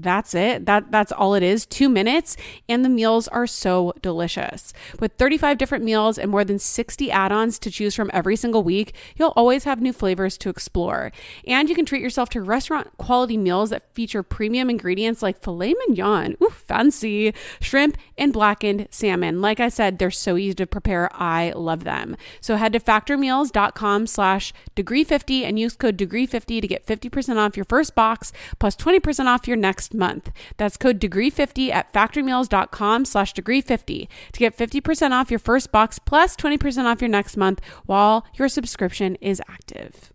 that's it. That that's all it is. 2 minutes and the meals are so delicious. With 35 different meals and more than 60 add-ons to choose from every single week, you'll always have new flavors to explore. And you can treat yourself to restaurant quality meals that feature premium ingredients like filet mignon, ooh fancy, shrimp and blackened salmon. Like I said, they're so easy to prepare. I love them. So head to factormeals.com/degree50 and use code degree50 to get 50% off your first box plus 20% off your next month. That's code degree50 at factormeals.com slash degree50 to get 50% off your first box plus 20% off your next month while your subscription is active.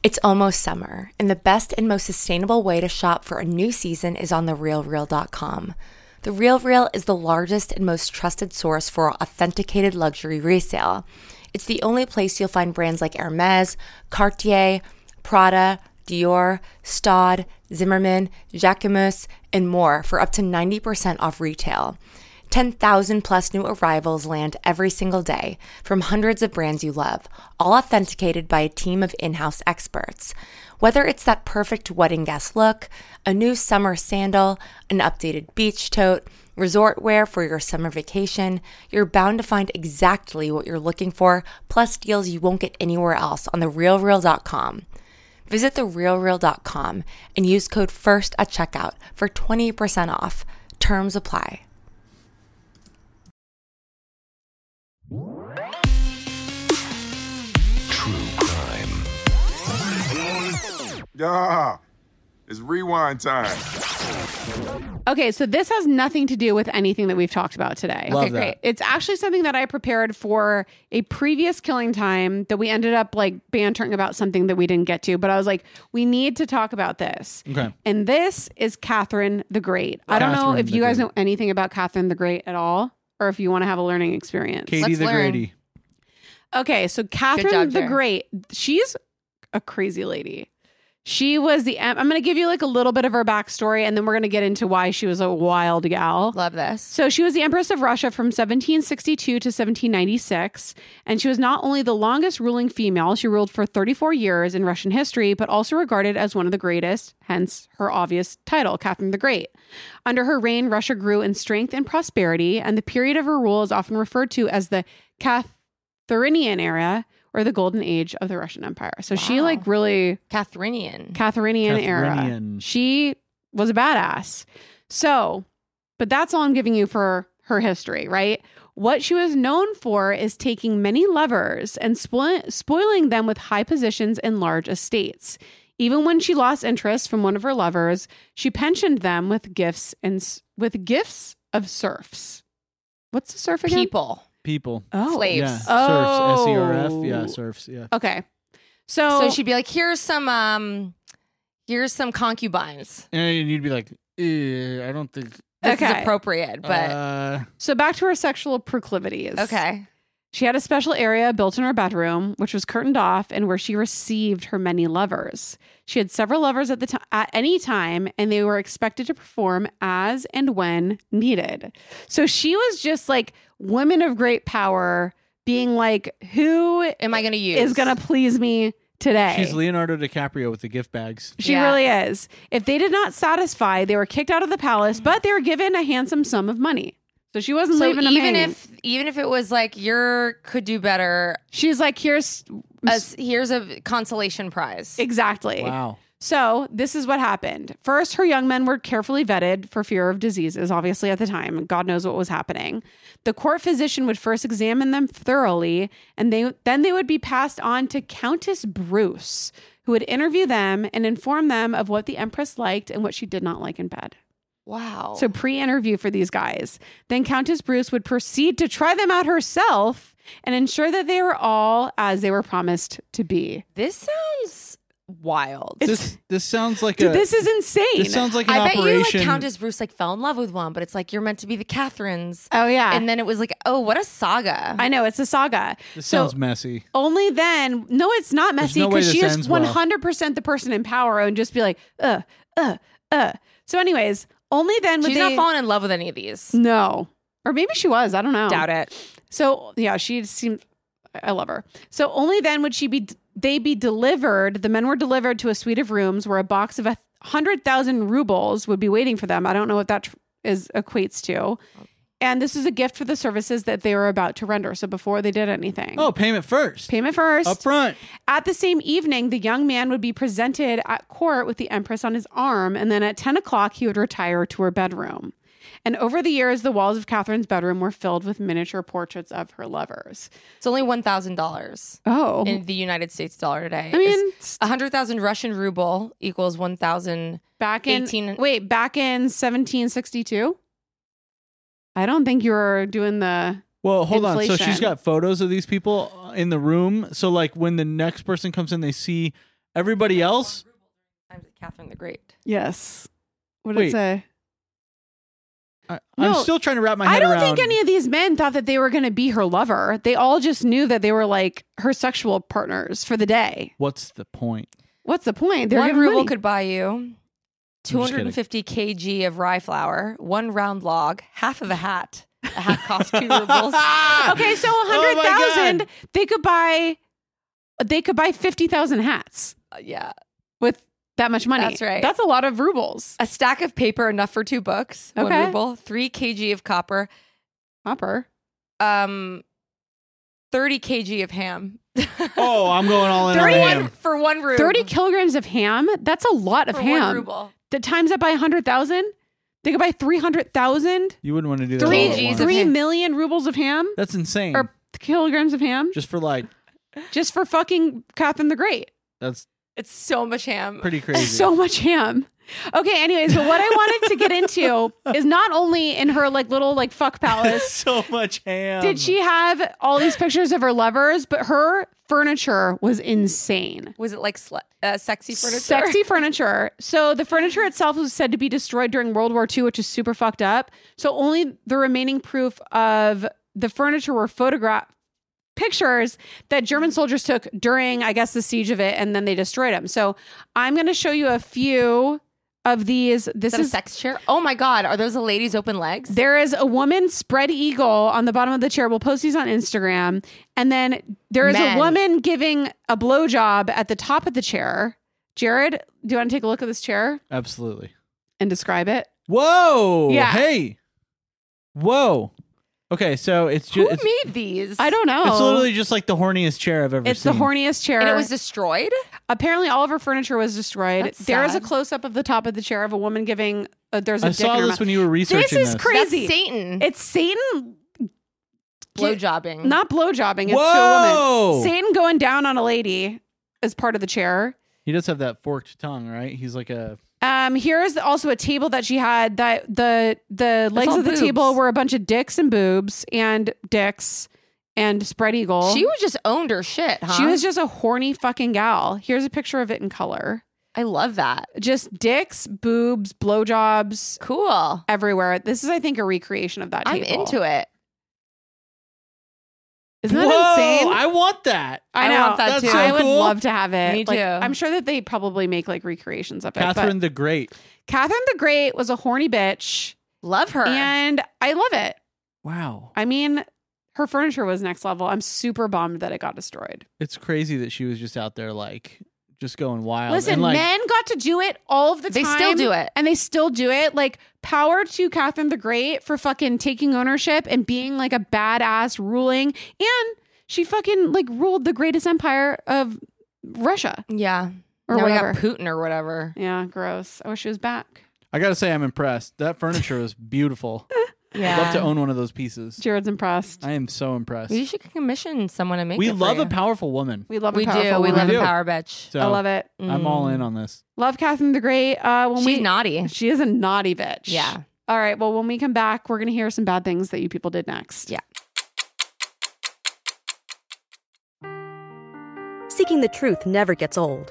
It's almost summer, and the best and most sustainable way to shop for a new season is on therealreal.com. The Real Real is the largest and most trusted source for authenticated luxury resale. It's the only place you'll find brands like Hermes, Cartier, Prada, Dior, Staud, Zimmerman, Jacquemus, and more for up to 90% off retail. 10,000 plus new arrivals land every single day from hundreds of brands you love, all authenticated by a team of in house experts. Whether it's that perfect wedding guest look, a new summer sandal, an updated beach tote, resort wear for your summer vacation, you're bound to find exactly what you're looking for, plus deals you won't get anywhere else on therealreal.com. Visit therealreal.com and use code FIRST at checkout for 20% off. Terms apply.
Ah, it's rewind time.
Okay, so this has nothing to do with anything that we've talked about today.
Love
okay,
that.
great. It's actually something that I prepared for a previous killing time that we ended up like bantering about something that we didn't get to, but I was like, we need to talk about this.
Okay.
And this is Catherine the Great. I don't know
Catherine
if
the
you guys
Great.
know anything about Catherine the Great at all, or if you want to have a learning experience.
Katie
Let's
the
learn.
Grady.
Okay, so Catherine
job,
the
Jer.
Great, she's a crazy lady. She was the. I'm going to give you like a little bit of her backstory, and then we're going to get into why she was a wild gal.
Love this.
So she was the Empress of Russia from 1762 to 1796. And she was not only the longest ruling female, she ruled for 34 years in Russian history, but also regarded as one of the greatest, hence her obvious title, Catherine the Great. Under her reign, Russia grew in strength and prosperity, and the period of her rule is often referred to as the Catherinian era or the golden age of the Russian Empire. So she
Wow.
like really
Catherinian.
Catherinian era.
Catherinian.
She was a badass. So, but that's all I'm giving you for her history, right? What she was known for is taking many lovers and spoil- spoiling them with high positions and large estates. Even when she lost interest from one of her lovers, she pensioned them with gifts and s- with gifts of serfs. What's a serf again?
People.
People.
Oh,
Slaves.
Yeah.
Oh.
Serfs. S E R F. Yeah. Serfs. Yeah.
Okay. So,
So she'd be like, here's some um here's some concubines.
And you'd be like, "Eh, I don't think.
This
Okay.
is appropriate, but
uh,
so back to her sexual proclivities.
okay.
She had a special area built in her bedroom, which was curtained off and where she received her many lovers. She had several lovers at the ti- at any time, and they were expected to perform as and when needed. So she was just like women of great power, being like, "Who
Am I going to use?
is going to please me today?"
she's Leonardo DiCaprio with the gift bags.
She
Yeah.
really is. If they did not satisfy, they were kicked out of the palace, but they were given a handsome sum of money. So she wasn't
So
leaving them
even
hanging.
if even if it was like you're could do better,
she's like, "Here's
us here's a consolation prize.
exactly."
Wow.
So, this is what happened. First, her young men were carefully vetted for fear of diseases, obviously, at the time. God knows what was happening. The court physician would first examine them thoroughly, and they, then they would be passed on to Countess Bruce, who would interview them and inform them of what the Empress liked and what she did not like in bed.
Wow.
So, pre interview for these guys. Then, Countess Bruce would proceed to try them out herself and ensure that they were all as they were promised to be.
this sounds wild.
this this sounds like
Dude,
a.
this is insane.
This sounds like an
I bet you
operation.
like Countess Bruce like fell in love with one, but it's like you're meant to be the Catherines.
Oh yeah.
And then it was like, oh, what a saga.
I know it's a saga.
this
so
sounds messy.
only then, no, it's not messy
no way
because
this
she is
ends well.
one hundred percent the person in power and just be like, uh, uh, uh. So, anyways, only then would
She's
they
not falling in love with any of these.
no, or maybe she was. I don't know.
Doubt it.
So yeah, she seemed. I love her. So only then would she be. They be delivered. The men were delivered to a suite of rooms where a box of a hundred thousand rubles would be waiting for them. I don't know what that tr- is equates to. And this is a gift for the services that they were about to render. So before they did anything,
Oh, payment first.
payment first.
Up front.
At the same evening, the young man would be presented at court with the Empress on his arm, and then at 10 o'clock, he would retire to her bedroom. And over the years, the walls of Catherine's bedroom were filled with miniature portraits of her lovers.
It's only one thousand dollars
Oh,
in the United States dollar today.
I mean,
a hundred thousand Russian ruble equals one thousand.
back in
18
wait, back in 1762. I don't think you were doing the
Well, hold on. So she's
Inflation.
got photos of these people in the room. So like when the next person comes in, they see everybody else.
Catherine the Great.
yes. What
did
did
it Wait,
it say?
I,
No.
I'm still trying to wrap my
I
head
don't
around.
think any of these men thought that they were going to be her lover. They all just knew that they were like her sexual partners for the day.
What's
[laughs]
the point?
What's the point? They're
One
giving
ruble
money.
could buy you two
just
hundred
kidding.
and fifty kg of rye flour, one round log, half of a hat.
[laughs]
A hat costs two
[laughs]
rubles. Uh,
okay, so a
Oh
hundred
my
thousand,
God.
they could buy, they could buy fifty thousand hats
yeah.
with that much money.
That's right.
That's a lot of rubles.
A stack of paper enough for two books.
Okay.
One ruble, three kg of copper,
Copper.
um, thirty kg of ham. [laughs]
Oh, I'm going all in on
30
him.
for one ruble.
Thirty kilograms of ham. That's a lot of
for One
ham.
ruble.
The times that by a hundred thousand, they could buy three hundred thousand.
You wouldn't want to do that.
Three
all at
Gs
once.
of-
three
ham.
million rubles of ham
That's insane.
or kilograms of ham
Just for like
just for fucking Catherine the Great.
that's
It's so much ham.
[laughs]
Pretty crazy.
So much ham. Okay, anyways, but what I wanted to get into is not only in her like little like fuck palace
so much ham.
Um,
did she have all these pictures of her lovers, but her furniture was insane.
Was it like sl- uh, sexy furniture? [laughs]
Sexy furniture. So the furniture itself was said to be destroyed during World War II, which is super fucked up. So only the remaining proof of the furniture were photograph pictures that German soldiers took during, I guess, the siege of it, and then they destroyed them. So I'm going to show you a few of these.
Is
This
that a
is
sex chair? Oh my God. Are those a lady's open legs?
there is a woman spread eagle on the bottom of the chair. We'll post these on Instagram. And then there is
Men.
a woman giving a blowjob at the top of the chair. Jared, do you want to take a look at this chair
Absolutely.
and describe it?
Whoa.
Yeah.
Hey. Whoa. Okay, so it's
Who
just it's,
made these?
I don't know.
it's literally just like the horniest chair I've ever
Oh. It's the
seen.
horniest chair.
And it was destroyed?
Apparently, all of her furniture was destroyed.
That's
there is a
sad.
close up of the top of the chair of a woman giving. Uh, there's a
I
dick
saw
in her
this
mouth.
when you were researching this.
is cra- Crazy.
That's Satan.
It's Satan,
blowjobbing.
not blowjobbing. It's to a
Whoa!
woman. Satan going down on a lady as part of the chair.
He does have that forked tongue, right? He's like a
Um, here is also a table that she had that the the legs
all
of the
boobs.
table were a bunch of dicks and boobs and dicks and spread eagle.
she was just owned her shit, huh?
she was just a horny fucking gal. Here's a picture of it in color.
I love that.
Just dicks, boobs, blowjobs
Cool.
everywhere. This is, I think, a recreation of that
I'm
table.
into it.
Isn't that
Whoa,
insane?
I want that.
I
know.
want that
That's too. so
I would
cool.
love to have it.
Me
Like,
too.
I'm sure that they probably make like recreations of it.
Catherine
But
the Great.
Catherine the Great was a horny bitch,
Love her.
and I love it.
Wow.
I mean, her furniture was next level. I'm super bummed that it got destroyed.
It's crazy that she was just out there like just going wild.
Listen,
Oh, and, like,
men got to do it all of the
They
time.
still do it.
And they still do it. Like, power to Catherine the Great for fucking taking ownership and being like a badass ruling. And she fucking like ruled the greatest empire of Russia.
yeah.
Or
now
whatever.
we got Putin or whatever.
Yeah, gross. I wish she was back.
I gotta say I'm impressed. That furniture
[laughs]
was beautiful.
Yeah.
I'd love to own one of those pieces.
Jared's impressed.
I am so impressed.
You should commission someone to make
We
it for
love
you.
a powerful woman.
We love a
We do.
powerful
We
woman.
love
We
a
do.
power bitch.
So
I love it. Mm.
I'm all in on this.
Love Catherine the Great. Uh, when
She's
we
naughty.
She is a naughty bitch.
Yeah.
All right. Well, when we come back, we're going to hear some bad things that you people did next.
Yeah.
Seeking the truth never gets old.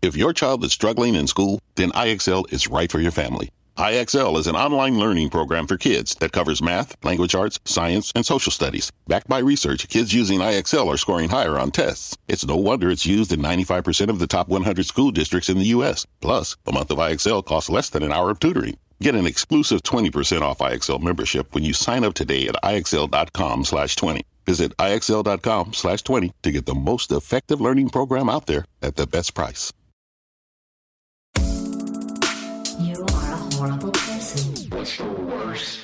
If your child is struggling in school, then IXL is right for your family. IXL is an online learning program for kids that covers math, language arts, science, and social studies. Backed by research, kids using IXL are scoring higher on tests. It's no wonder it's used in 95% of the top 100 school districts in the U.S. Plus, a month of IXL costs less than an hour of tutoring. Get an exclusive 20% off IXL membership when you sign up today at IXL.com slash 20. Visit IXL.com slash 20 to get the most effective learning program out there at the best price.
You are a horrible person.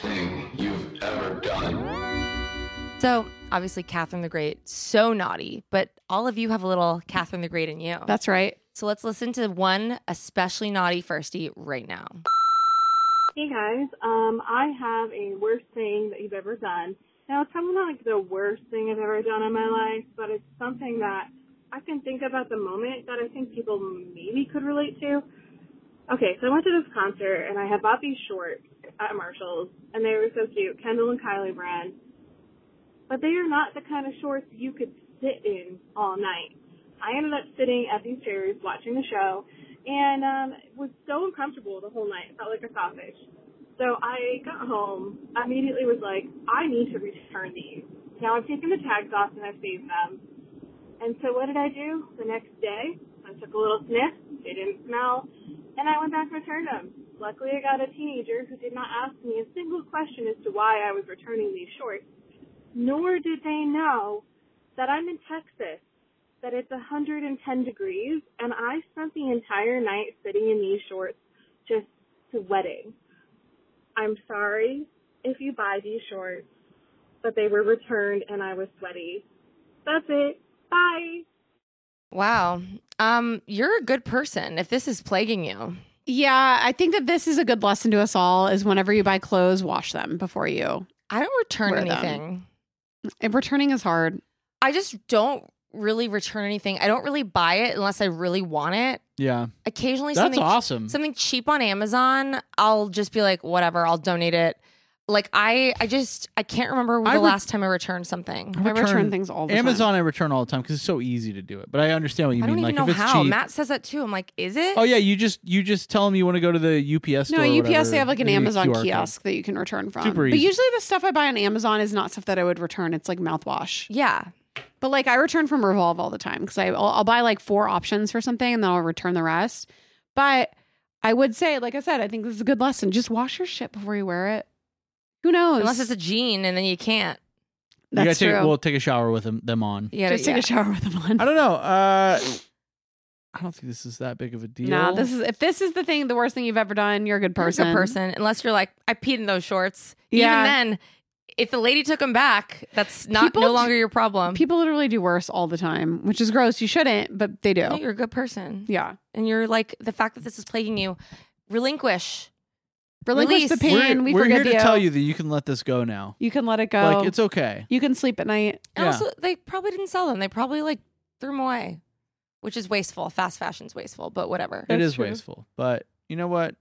So obviously Catherine the Great, so naughty, but all of you have a little Catherine the Great in you.
That's right.
so let's listen to one especially naughty firstie right now.
Hey guys, um, I have a worst thing that you've ever done. Now it's probably not like the worst thing I've ever done in my life, but it's something that I can think about the moment that I think people maybe could relate to. Okay, so I went to this concert and I had bought these shorts at Marshalls and they were so cute, Kendall and Kylie brand. But they are not the kind of shorts you could sit in all night. I ended up sitting at these chairs watching the show and um was so uncomfortable the whole night. Felt like a sausage. So I got home, immediately was like, I need to return these. Now I've taken the tags off and I've saved them. And so what did I do? The next day, I took a little sniff. They didn't smell. And I went back and returned them. Luckily, I got a teenager who did not ask me a single question as to why I was returning these shorts, nor did they know that I'm in Texas
that it's 110 degrees, and I spent the entire night sitting in these shorts just sweating. I'm sorry if you buy these shorts, but they were returned and I was sweaty. That's it. Bye.
Wow. Um, you're a good person if this is plaguing you.
Yeah, I think that this is a good lesson to us all is whenever you buy clothes, wash them before you.
I don't return
wear them.
anything.
And returning is hard.
I just don't really return anything. I don't really buy it unless I really want it.
Yeah.
Occasionally
That's
something
awesome.
Something cheap on Amazon, I'll just be like, whatever, I'll donate it. Like I I just I can't remember the
I re-
last time I returned something.
Amazon, I return all the time because it's so easy to do it. But I understand what you
I
mean.
don't
like
even know
if it's
how.
cheap.
Matt says that too. I'm like, is it?
oh yeah, you just you just tell them you want to go to the UPS.
No,
store or
UPS
whatever,
they have like an
and you
Amazon
QR code.
kiosk that you can return from.
Super
But
easy.
usually the stuff I buy on Amazon is not stuff that I would return. It's like mouthwash.
Yeah.
But like I return from Revolve all the time because I'll, I'll buy like four options for something and then I'll return the rest. But I would say, like I said, I think this is a good lesson. Just wash your shit before you wear it. Who
Oh,
knows?
Unless it's a jean and then you can't.
You gotta
That's
take,
true.
We'll take a shower with them, them on.
You gotta-
Just take a shower with them on.
I don't know. Uh, I don't think this is that big of a deal.
Nah, this is if this is the thing, the worst thing you've ever done, you're a good
You're a good
person.
person, unless you're like, I peed in those shorts.
Yeah.
Even then, if the lady took them back, that's not
People
no
d-
longer your problem.
People literally do worse all the time, which is gross. You shouldn't, but they do.
No, you're a good person.
yeah.
And you're like the fact that this is plaguing you, relinquish.
Relinquish
Release.
the pain. we
we're
forgive
here to tell you that you can let this go now.
You can let it go.
Like it's okay.
You can sleep at night.
And
Yeah.
also they probably didn't sell them. They probably like threw them away. Which is wasteful. Fast fashion's wasteful, but whatever.
It is wasteful, but you know what?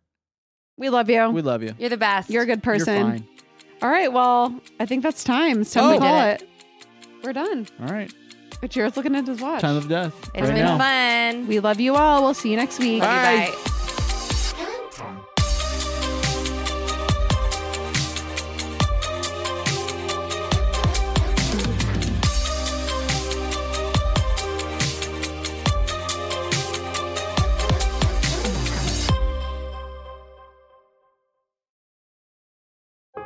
We love you.
We love you.
You're the best.
You're a good
You're
person.
fine.
All right. Well, I think that's time. It's time to
Oh. We did
call
it.
it. We're done.
All right.
But Jared's looking at his watch.
Time of death.
It's
right
been
now.
fun.
We love you all. We'll see you next week.
Bye.